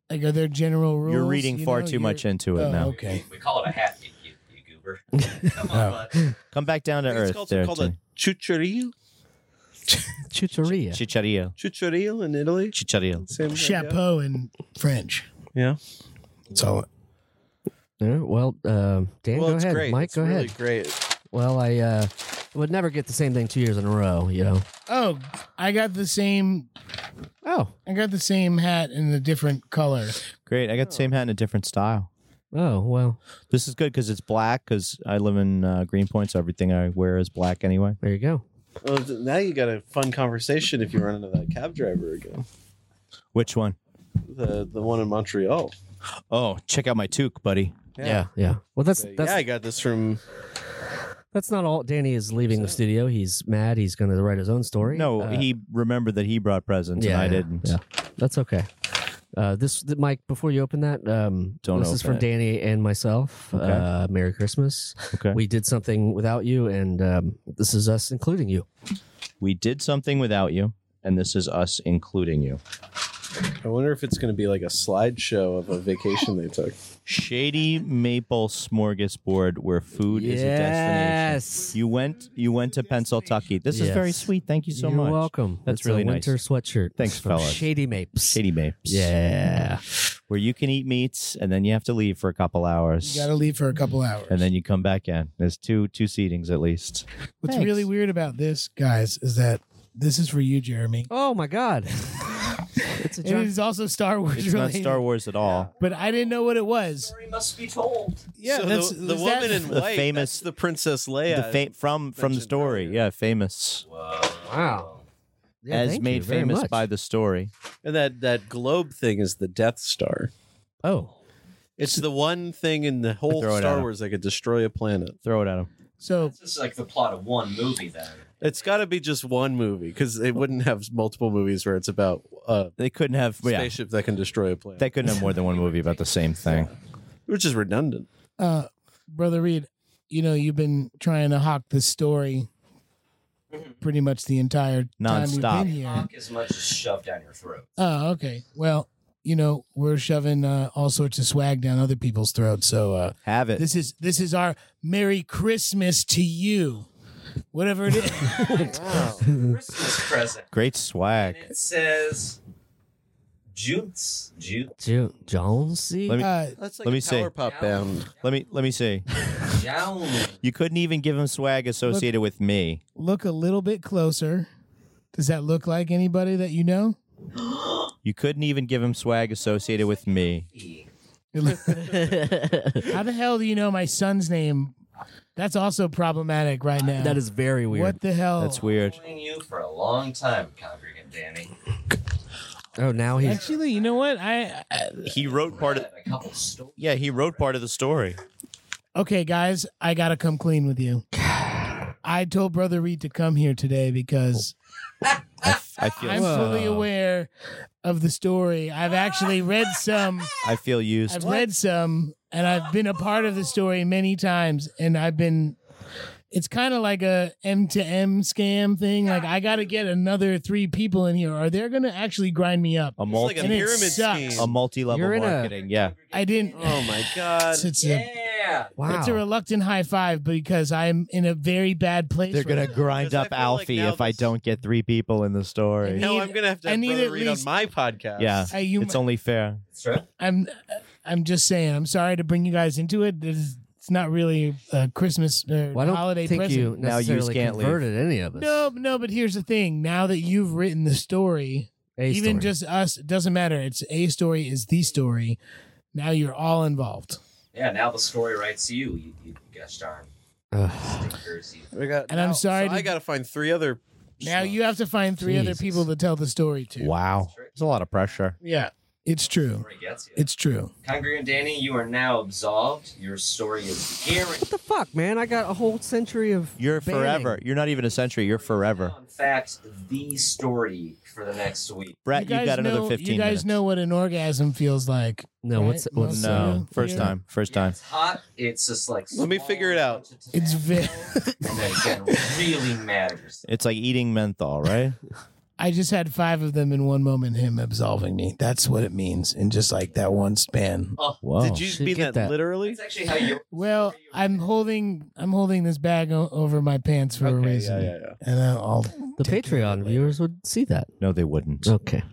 E: like are there general rules?
D: You're reading
E: you
D: far
E: know?
D: too
E: You're-
D: much into it
E: Oh,
D: now.
E: Okay.
A: We call it a hat. You, you, you goober. Come on, bud.
D: Come back down to
G: I think
D: earth,
G: It's called,
D: there,
G: called a
D: Tony.
G: chucharillo,
F: Chucheria.
D: Chicharrillo.
G: chucharillo in Italy.
D: Chicharrillo.
G: Same idea.
E: Chapeau in French.
G: Yeah.
E: That's all.
F: All right, well, um, Dan,
G: Well,
F: go
G: it's
F: ahead.
G: great.
F: Mike,
G: it's
F: go
G: really
F: ahead.
G: Great.
F: Well, I uh, would never get the same thing two years in a row. You know.
E: Oh, I got the same.
F: Oh.
E: I got the same hat in a different color.
D: Great. I got the same hat in a different style.
F: Oh well.
D: This is good because it's black. Because I live in uh, Greenpoint, so everything I wear is black anyway.
F: There you go.
G: Well, Oh, th- now you got a fun conversation if you run into that cab driver again.
D: Which one?
G: The the one in Montreal.
D: Oh, check out my toque, buddy.
G: Yeah.
F: Yeah. Well, that's
G: So,
F: that's
G: yeah, I got this from.
F: that's not all. Danny is leaving the studio. He's mad. He's going to write his own story.
D: No,
F: Uh,
D: he remembered that he brought presents and I didn't.
F: Yeah, that's okay. Uh, this, th- Mike, before you open that, um,
D: Don't
F: this is
D: open
F: from
D: it.
F: Danny and myself. Uh, Merry Christmas.
D: Okay. We,
F: We did something without you, and um, this is us including you.
D: did something without you, and this is us including you.
G: I wonder if it's going to be like a slideshow of a vacation they took.
D: Shady Maple Smorgasbord, where food is a destination.
F: Yes.
D: You went. You went to Pennsyltucky. This is
F: Yes.
D: very sweet. Thank you so
F: You're
D: much.
F: welcome.
D: That's
F: It's
D: really
F: a winter
D: nice.
F: sweatshirt.
D: Thanks,
F: from
D: fellas.
F: Shady Mapes.
D: Shady Mapes.
F: Yeah.
D: where you can eat meats and then you have to leave for a couple hours
E: You got to leave for a couple hours.
D: and then you come back in there's two two seatings at least
E: What's
D: Thanks.
E: really weird about this, guys, is that this is for you, Jeremy.
F: Oh my God. it's a
E: It
F: giant.
E: is also Star Wars
D: it's not
E: related,
D: star wars at all
E: but I didn't know what it was.
A: Story must be told.
E: Yeah,
G: So
E: that's,
G: the, the
E: is
G: woman
E: that-
G: in
D: The
G: white,
D: famous-
G: that's the Princess Leia
D: the fa- from from the
G: mentioned
D: story
G: earlier.
D: yeah famous
F: Wow. Yeah,
D: as
F: thank
D: made
F: you very
D: famous
F: much.
D: by the story
G: and that that globe thing is the Death Star.
F: oh
G: It's the one thing in the whole
D: Throw it
G: Star
D: out.
G: Wars that could destroy a planet.
D: throw it at him
E: so
A: This is like the plot of one movie then.
G: It's got to be just one movie because it wouldn't have multiple movies where it's about a
D: they couldn't have yeah
G: spaceship that can destroy a planet,
D: they couldn't have more than one movie about the same thing
G: which is redundant.
E: uh, brother Reed, you know you've been trying to hawk this story pretty much the entire
D: Mm-hmm. Nonstop.
E: time you've been here.
A: Talk as much as shove down your throat.
E: Oh, okay. Well, you know we're shoving uh, all sorts of swag down other people's throats, so uh,
D: have it
E: this is this is our Merry Christmas to you, whatever it is.
F: Mm.
A: Christmas present.
D: great swag
A: It says Jutes. Jute.
F: Ju- Jonesy.
D: Let me-
E: Uh,
G: That's like
D: Let
G: a
D: me see.
G: power pop band.
D: let me let me see
A: Down.
D: you couldn't even give him swag associated with me
E: look a little bit closer. Does that look like anybody that you know?
D: you couldn't even give him swag associated with me
E: It loo- How the hell do you know my son's name? That's also problematic right now.
F: that is very weird.
E: what the hell.
D: that's weird
A: Knowing you for a long time, congregant Danny.
F: Oh, now he's
E: Actually, you know what? I, I
D: He wrote part of
A: a couple stories.
D: yeah. He wrote part of the story.
E: okay, guys, I gotta come clean with you. I told Brother Reed to come here today because
D: I, f- I feel
E: I'm fully aware of the story. I've actually read some.
D: I feel used.
E: I've read some, and I've been a part of the story many times, and I've been. It's kind of like a M to M scam thing. Like I got to get another three people in here, or they're gonna actually grind me up.
D: a multi
E: and it sucks.
D: a multi level
F: You're in a-
D: marketing. yeah.
E: I didn't.
G: Oh my god.
E: It's, it's a
A: Yeah.
F: wow.
E: it's a reluctant high five because I'm in a very bad place.
D: They're gonna
E: right now.
D: grind
G: Because
D: up
G: I feel like
D: Alfie
G: now
D: if I
G: this-
D: don't get three people in the story.
E: need-
G: now I'm gonna have to
E: I
G: have
E: need
G: Brother
E: at
G: Reed
E: least-
G: on my podcast.
D: Yeah,
E: Hey, you
D: it's
E: ma-
D: only fair.
A: Sure.
E: I'm I'm just saying. I'm sorry to bring you guys into it. This is, it's not really a Christmas or
F: Well, I don't
E: holiday
F: think
E: present.
F: you
D: Now you
F: necessarily
D: can't leave.
F: converted any of us.
E: No, no, but here's the thing. Now that you've written the story,
F: A
E: even
F: story.
E: just us, it doesn't matter. It's a story is the story. Now you're all involved.
A: Yeah. Now the story writes you. You, you gosh darn
F: Ugh.
A: stickers. You.
G: We got-
E: And I'm
G: now-
E: sorry
G: so
E: to-
G: I gotta find three other
E: Now you have to find three other
F: Jesus.
E: people to tell the story to.
D: Wow, it's a lot of pressure.
E: Yeah, it's true.
A: Story gets you.
E: It's true.
A: Congregant Danny, you are now absolved. Your story is guaranteed.
F: What the fuck, man? I got a whole century of
D: You're
F: banning.
D: forever. You're not even a century. You're forever.
A: In fact, the story for the next week.
D: Brett, you have
E: guys
D: got another
E: know,
D: 15
E: You guys
D: minutes.
E: know what an orgasm feels like.
F: No,
E: right?
F: what's what's
E: Most-
D: No, first
E: Yeah.
D: time. First time.
A: It's hot. It's just like.
G: Let me
A: small
G: figure it out.
A: bunch of
E: It's
A: tobacco,
E: ve-
A: and then it really matters.
D: It's like eating menthol, right?
E: I just had five of them in one moment. Him absolving me. That's what it means in just like that one span.
D: Whoa.
G: Did you
F: Should
G: mean
F: get
G: that,
F: that.
G: literally?
A: That's actually how you.
E: Well, I'm holding I'm holding this bag o- over my pants for a reason, and I'll, I'll
F: The
E: take care of it
F: Patreon
E: later.
F: viewers would see that.
D: no, they wouldn't.
F: Okay.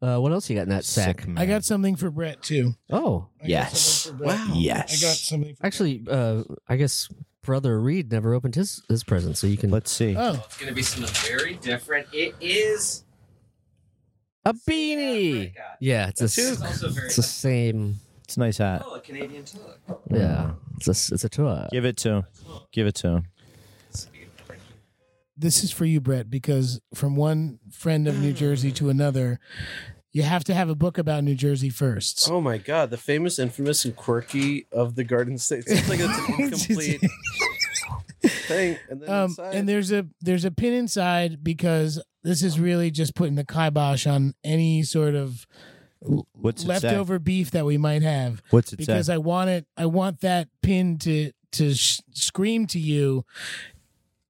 F: Uh, what else you got in that sack?
D: man.
E: I got something for Brett too.
F: Oh,
E: I got
D: yes.
E: something for Brett. I got
D: Yes.
E: something. For
F: actually, uh, I guess brother Reed never opened his his present, so you can
D: Let's see.
E: Oh,
A: It's going to be something very different. It is.
F: a beanie.
A: I got.
F: Yeah, it's a,
A: This
F: s-
A: is also very.
F: it's the same.
D: It's a nice hat.
A: Oh, a Canadian tug.
F: Yeah, it's a, it's a tour.
D: Give it to him. Give it to him.
E: this is for you, Brett, because from one friend of New Jersey to another, you have to have a book about New Jersey first.
G: Oh my god, the famous, infamous, and quirky of the Garden State. Seems like it's an incomplete thing. And then
E: um,
G: inside,
E: and there's a there's a pin inside because this is really just putting the kibosh on any sort of
D: What's it say?
E: leftover beef that we might have.
D: What's it
E: because
D: say?
E: I want it. I want that pin to to sh- scream to you.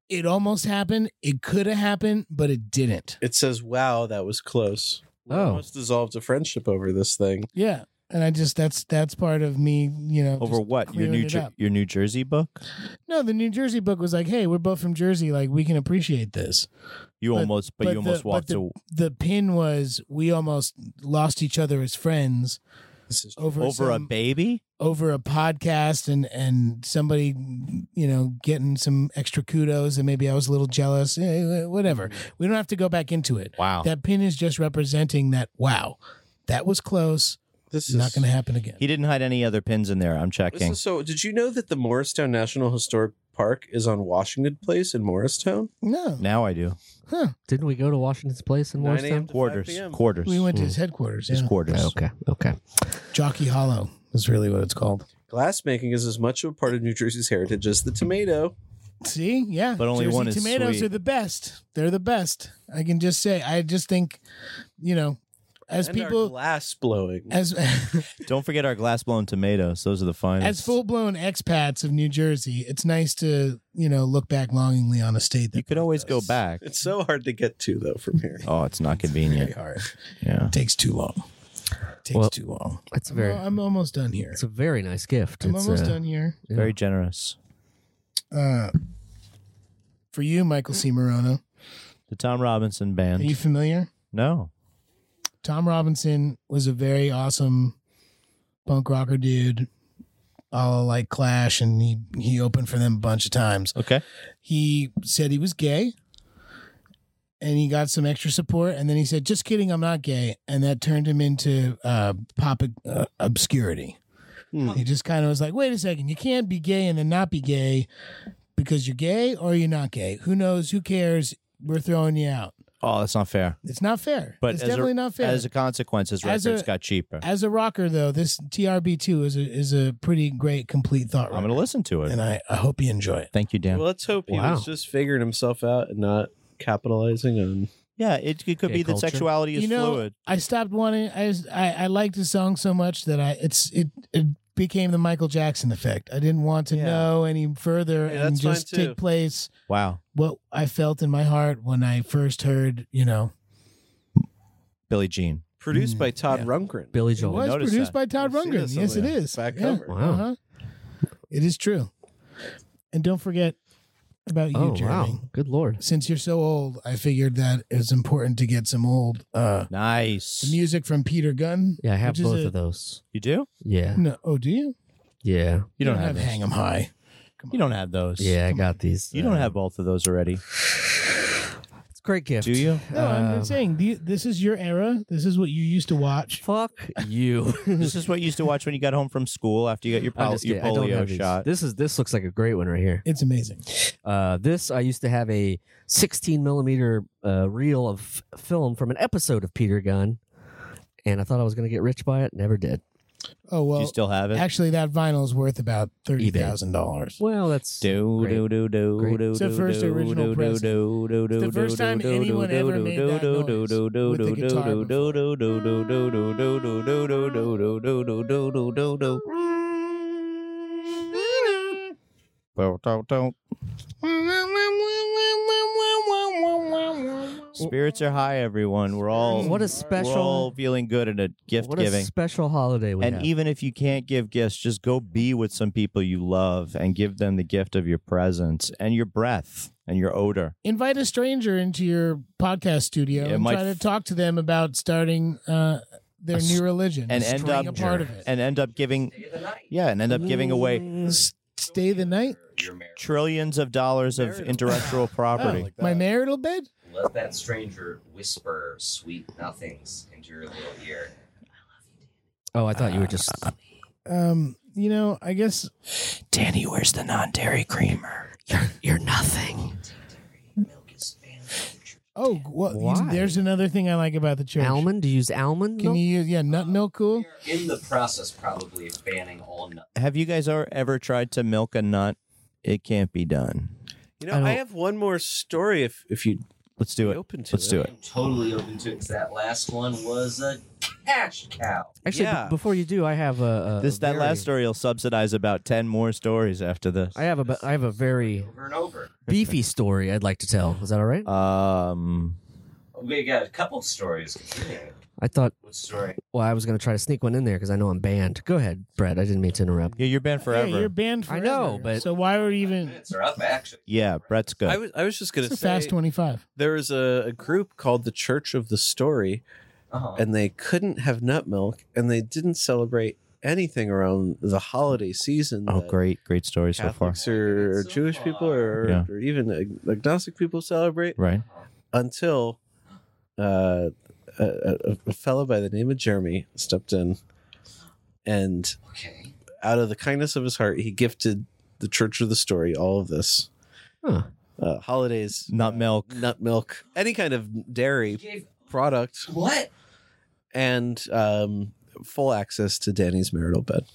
E: It almost happened. It could have happened, but it didn't.
G: it says, "Wow, that was close." We
F: Oh.
G: almost dissolved a friendship over this thing.
E: Yeah, and I just that's that's part of me. You know,
D: Over
E: just
D: what? Your
E: clearing
D: New
E: it
D: Jer-
E: up.
D: your New Jersey book?
E: No, the New Jersey book was like, hey, we're both from Jersey. Like we can appreciate this.
D: You
E: But-
D: almost, but, you almost
E: the,
D: walked
E: the,
D: to,
E: The pin was we almost lost each other as friends
G: This is
E: over
D: over a
E: some-
D: baby.
E: over a podcast and and somebody you know getting some extra kudos and maybe I was a little jealous eh, whatever we don't have to go back into it
D: Wow.
E: that pin is just representing that wow that was close
G: this
E: it's not
G: is
E: going to happen again
D: He didn't hide any other pins in there. I'm
G: This
D: checking.
G: is so. Did you know that the Morristown National Historic Park is on Washington Place in Morristown?
E: no
D: now I do.
F: Didn't we go to Washington's place in
G: 9 a.m.
F: Morristown?
G: to 5
D: Quarters.
G: p.m.
D: Quarters.
E: we went to his headquarters
D: His
E: yeah.
D: quarters.
F: Okay, okay.
E: Jockey Hollow is really what it's called
G: Glassmaking is as much of a part of New Jersey's heritage as the tomato.
E: see yeah
D: But only
E: Jersey
D: one is
E: tomatoes
D: sweet.
E: are the best they're the best I can just say I just think you know as
G: and our
E: people
G: glass blowing.
E: as
D: Don't forget our glass blown tomatoes. Those are the finest.
E: As full blown expats of New Jersey, it's nice to you know look back longingly on a state that
D: you could always go back.
G: It's so hard to get to though from here.
D: Oh, it's not
E: very
D: convenient.
E: hard.
D: Yeah.
E: takes too long. Takes
F: Well,
E: too long.
F: That's very.
E: Well, I'm almost done here.
F: It's a very nice gift.
E: I'm
F: it's
E: almost
F: uh,
E: done here.
F: yeah.
D: Very generous.
E: Uh, for you, Michael C. Morono,
D: The Tom Robinson
E: are
D: band.
E: you familiar?
D: no.
E: Tom Robinson was a very awesome punk rocker dude. All like Clash, and he he opened for them a bunch of times.
D: Okay.
E: he said he was gay and he got some extra support and then he said just kidding i'm not gay and that turned him into uh, pop uh, obscurity
G: Hmm.
E: he just kind of was like wait a second you can't be gay and then not be gay because you're gay or you're not gay who knows who cares we're throwing you out
D: Oh, that's not fair.
E: It's not fair.
D: But
E: it's
D: as a-
E: definitely not fair.
D: As a consequence, his
E: As
D: records
E: a-
D: got cheaper.
E: As a rocker, though, this TRB two is a is a pretty great complete thought.
D: I'm going to
E: record.
D: listen to it.
E: and I, I hope you enjoy it.
D: Thank you, Dan.
G: Well, let's hope he
F: Wow.
G: was just figuring himself out and not capitalizing on.
D: yeah, it, it could
F: Gay
D: be that
F: culture.
D: sexuality is
E: You know,
D: fluid.
E: I stopped wanting. I, was- I I liked the song so much that I it's it it became the Michael Jackson effect. I didn't want to
G: Yeah.
E: know any further
G: Yeah,
E: and
G: that's fine,
E: just
G: too.
E: take place
D: Wow.
E: what I felt in my heart when I first heard. You know,
D: Billie Jean.
G: Produced
E: Mm,
G: by Todd
E: yeah.
G: Rungren.
F: Billy
E: it
F: Joel.
E: was
D: noticed
E: produced
D: that.
E: by Todd
G: I've seen
E: Rundgren.
G: this on
E: Yes, it
G: the
E: is.
G: back
E: Yeah.
G: cover.
F: Wow.
E: Uh-huh. It is true. And don't forget about you,
F: oh
E: Jeremy.
F: wow! Good lord.
E: Since you're so old, I figured that it's important to get some old uh,
D: Nice.
E: music from Peter Gunn.
F: Yeah, I have
E: Which is
F: both
E: a-
F: of those.
D: You do?
F: Yeah,
E: No, oh, do you?
F: yeah,
D: You don't, have, those.
E: Hang 'em High.
D: You don't have those.
F: yeah. I got these.
D: You don't
F: uh,
D: have both of those already,
F: It's a great gift.
D: do you?
E: No, I'm
F: Um,
D: Uh,
E: not saying the- this is your era. This is what you used to watch.
F: Fuck you.
D: this is what you used to watch when you got home from school after you got your,
F: I'm
D: pol-
F: just
D: your
F: kidding. I don't have
D: polio
F: these.
D: shot.
F: This is this looks like a great one right here.
E: It's amazing. Oh,
F: Uh, this I used to have a 16 millimeter uh, reel of f- film from an episode of Peter Gunn, and I thought I was gonna get rich by it. Never did.
D: do
E: Oh
D: you
E: well,
D: still have it?
E: actually, that vinyl is worth about thirty thousand dollars.
F: Well, that's
D: Do
F: Great.
D: do do do
F: Great.
D: do
E: It's the
D: do,
E: first
D: do,
E: original
D: do,
E: press.
D: do, do, do,
E: the
D: do,
E: first
D: do,
E: time
D: do,
E: anyone
D: do,
E: ever
D: do,
E: made
D: do,
E: that
D: do,
E: noise
D: do, do,
E: with the
D: do,
E: guitar
D: do, do, do, do, do, do, do, do, do, do, do, do, do, do, do, do, do, do. Do, do, do. Spirits are high, everyone. We're all
F: What a
D: we're all
F: special
D: feeling good and a gift
F: what
D: giving.
F: a special holiday we
D: and
F: have.
D: even if you can't give gifts, just go be with some people you love and give them the gift of your presence and your breath and your odor.
E: Invite a stranger into your podcast studio
D: It
E: and
D: might-
E: try to talk to them about starting uh, their
D: A
E: new religion
D: and
E: just
D: end
E: being
D: up-
E: a part of it.
D: and end up giving yeah and end up giving away
E: S- Stay the night.
A: Your marriage.
D: trillions of dollars of intellectual property
E: Oh, my marital bed.
A: Let that stranger whisper sweet nothings into your little ear.
F: oh, I thought you were just
E: Um, you know, I guess
D: danny where's the non-dairy creamer
F: you're nothing.
A: Milk is fantastic.
E: Oh, g- well, you-
F: Why?
E: there's another thing I like about the church.
F: Almond? Do you use almond?
E: Can
F: milk?
E: you use yeah nut milk? Cool.
A: In the process, probably of banning all nuts.
D: have you guys ever, ever tried to milk a nut it can't be done
F: I
G: You know,
F: don't-
G: I, have one more story if if you'd
D: let's do
G: be
D: it
G: open to
D: let's do it
A: I'm totally open to it 'cause that last one was a cash cow.
F: Actually, b-
G: Yeah.
F: before you do, I have a, a
D: this that
F: very-
D: last story will subsidize about 10 more stories after this
F: I have a I have a very
A: Over and over.
F: beefy story I'd like to tell. Is that
D: Uh,
F: all right?
D: um
A: We got a couple stories. continuing.
F: I thought
A: What story?
F: well I was going to try to sneak one in there because I know I'm banned. Go ahead, Brad. I didn't mean to interrupt.
D: yeah you're banned forever
E: Yeah, you're banned
F: I
E: forever.
F: know, but-
E: so why were you even?
A: Minutes are up, actually.
D: yeah brett's good
G: I was I was just gonna
E: It's a
G: say
E: fast twenty-five.
G: there was a, a group called the Church of the Story,
A: Uh-huh.
G: and they couldn't have nut milk, and they didn't celebrate anything around the holiday season.
D: oh
G: that
D: great great story so far
G: Catholics or, or
A: So
G: Jewish
A: far.
G: people or,
D: Yeah.
G: or even ag- agnostic people celebrate
D: right
G: until uh, a, a, a fellow by the name of Jeremy stepped in, and
A: okay.
G: out of the kindness of his heart, he gifted the Church of the Story all of this
F: Huh.
G: uh, holidays,
D: not milk
G: nut milk, any kind of
A: You
G: dairy
A: gave
G: product,
A: what?
G: and um, full access to Danny's marital bed.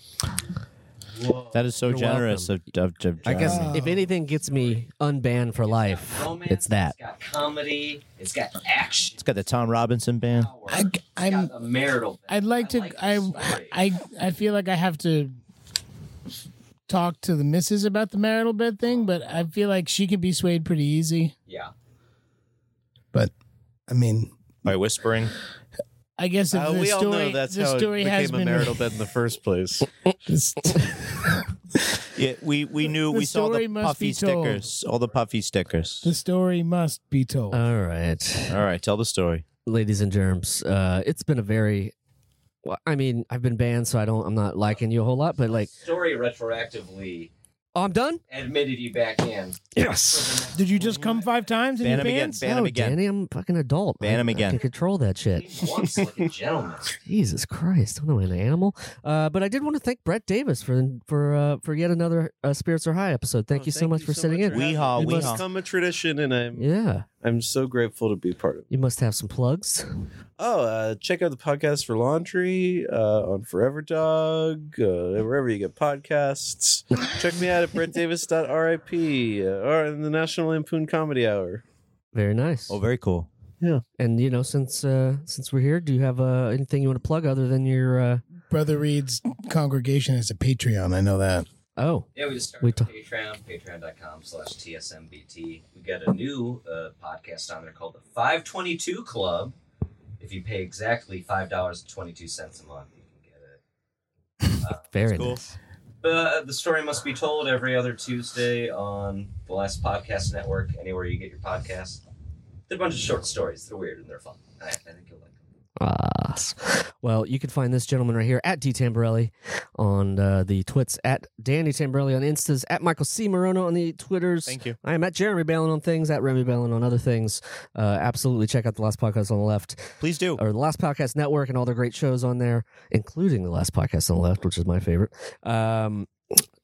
D: that is so
F: You're
D: generous of, of, of
F: I guess
E: Wow.
F: if anything gets me unbanned for life,
A: Romance.
F: it's that.
A: It's got comedy. It's got action.
D: It's got the Tom Robinson band.
A: power.
E: I,
A: It's
E: am
A: got a marital. bed.
E: I'd like to.
A: the
E: I,
A: story.
E: I, I, feel like I have to talk to the missus about the marital bed thing, but I feel like she could be swayed pretty easy.
A: yeah.
E: But I mean,
D: By whispering.
E: I guess if
G: Uh,
E: the
G: we
E: story,
G: all know that's
E: the
G: how
E: story
G: it
E: has
G: became a
E: been
G: marital bed in the first place.
E: This-
D: Yeah, we, we knew
E: The
D: we saw
E: story
D: the
E: must
D: puffy
E: be told.
D: stickers. All the puffy stickers.
E: the story must be told.
G: Uh,
F: All right.
D: All right, tell the story.
F: ladies and germs uh it's been a very well, i mean i've been banned so i don't i'm not liking you a whole lot but like
A: Story retroactively
F: oh, i'm done
A: admitted you back in.
F: yes
E: Did you just come five times in
D: Ban
E: your
D: him again.
E: pants?
D: Ban him
F: no,
D: again.
F: Oh, Danny, I'm a fucking adult.
D: Ban
F: I-
D: him
F: I
D: again.
F: can control that shit.
A: Once like a gentleman.
F: Jesus Christ, I'm not an animal. Uh, but I did want to thank Brett Davis for for uh, for yet another uh, Spirits Are High episode. Thank
G: Oh,
F: you so much for sitting in.
D: having me. Weehaw,
G: It's
D: weehaw.
G: become a tradition, and I'm
F: Yeah,
G: I'm so grateful to be part of.
F: You must have some plugs.
G: Oh, uh, check out the podcast for laundry uh, on Forever Dog, uh, wherever you get podcasts. check me out at brettdavis.rip uh, or in the National Lampoon Comedy Hour.
F: Very nice.
D: Oh, very cool.
F: And you know, since uh, since we're here, do you have uh, anything you want to plug other than your? Uh...
E: Brother Reed's congregation is a Patreon. I know that.
F: Oh,
A: Yeah, we just started
F: We
A: a Patreon, patreon.com slash TSMBT. We got a new uh, podcast on there called the 522 Club. If you pay exactly $5.22 a month, you can get it.
F: very
D: cool.
F: nice.
A: Uh, the story must be told every other Tuesday on the Last Podcast Network, anywhere you get your podcast. They're a bunch of short stories. They're weird and they're fun. I, I think you'll like them.
F: Ah, well, you can find this gentleman right here at D Tamborelli on uh, the twits, at Danny Tamborelli on Instas, at Michael C Morono on the Twitters.
D: Thank you.
F: I am at Jeremy Balin on things, at Remy Balin on other things. Uh, absolutely check out the Last Podcast on the Left
D: Please do.
F: or the Last Podcast Network and all their great shows on there, including the Last Podcast on the Left, which is my favorite. Um,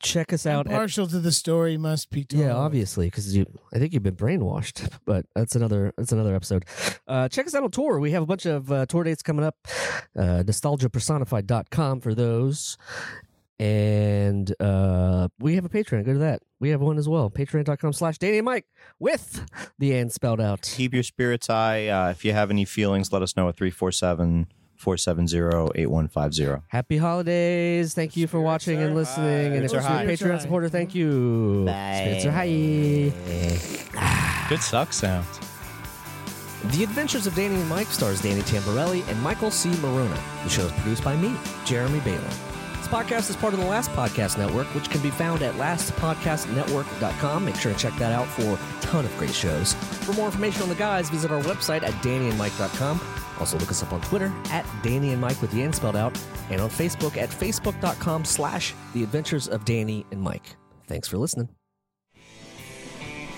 F: check us out. at-
E: Partial to the story must be told.
F: yeah, obviously, because you, I think you've been brainwashed, but that's another that's another episode. Uh, check us out on tour. We have a bunch of uh, tour dates coming up. Uh, nostalgiapersonified.com for those. And uh, we have a Patreon. Go to that. We have one as well. Patreon.com slash Danny and Mike with the and spelled out.
D: Keep your spirits high. Uh, if you have any feelings, let us know at 347 470 8150.
F: Happy holidays. Thank you for watching and listening. And if
D: Spirits
F: you're
D: are
F: a
D: high.
E: Spirits are
F: Patreon
E: high.
F: supporter, thank you.
D: Bye.
F: Spirits are high.
D: Good suck sounds.
F: The Adventures of Danny and Mike stars Danny Tamborelli and Michael C. Marona. The show is produced by me, Jeremy Baylor. This podcast is part of the Last Podcast Network, which can be found at lastpodcastnetwork.com. Make sure to check that out for a ton of great shows. For more information on the guys, visit our website at dannyandmike.com. Also look us up on Twitter at Danny and Mike with the N spelled out, and on Facebook at facebook.com slash The Adventures of Danny and Mike. Thanks for listening.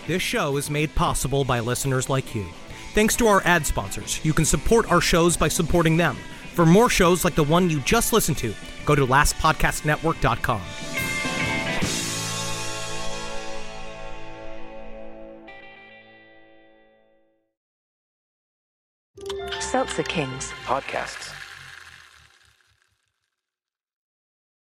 H: This show is made possible by listeners like you. Thanks to our ad sponsors, you can support our shows by supporting them. For more shows like the one you just listened to, go to lastpodcastnetwork.com.
I: Seltzer Kings.
J: podcasts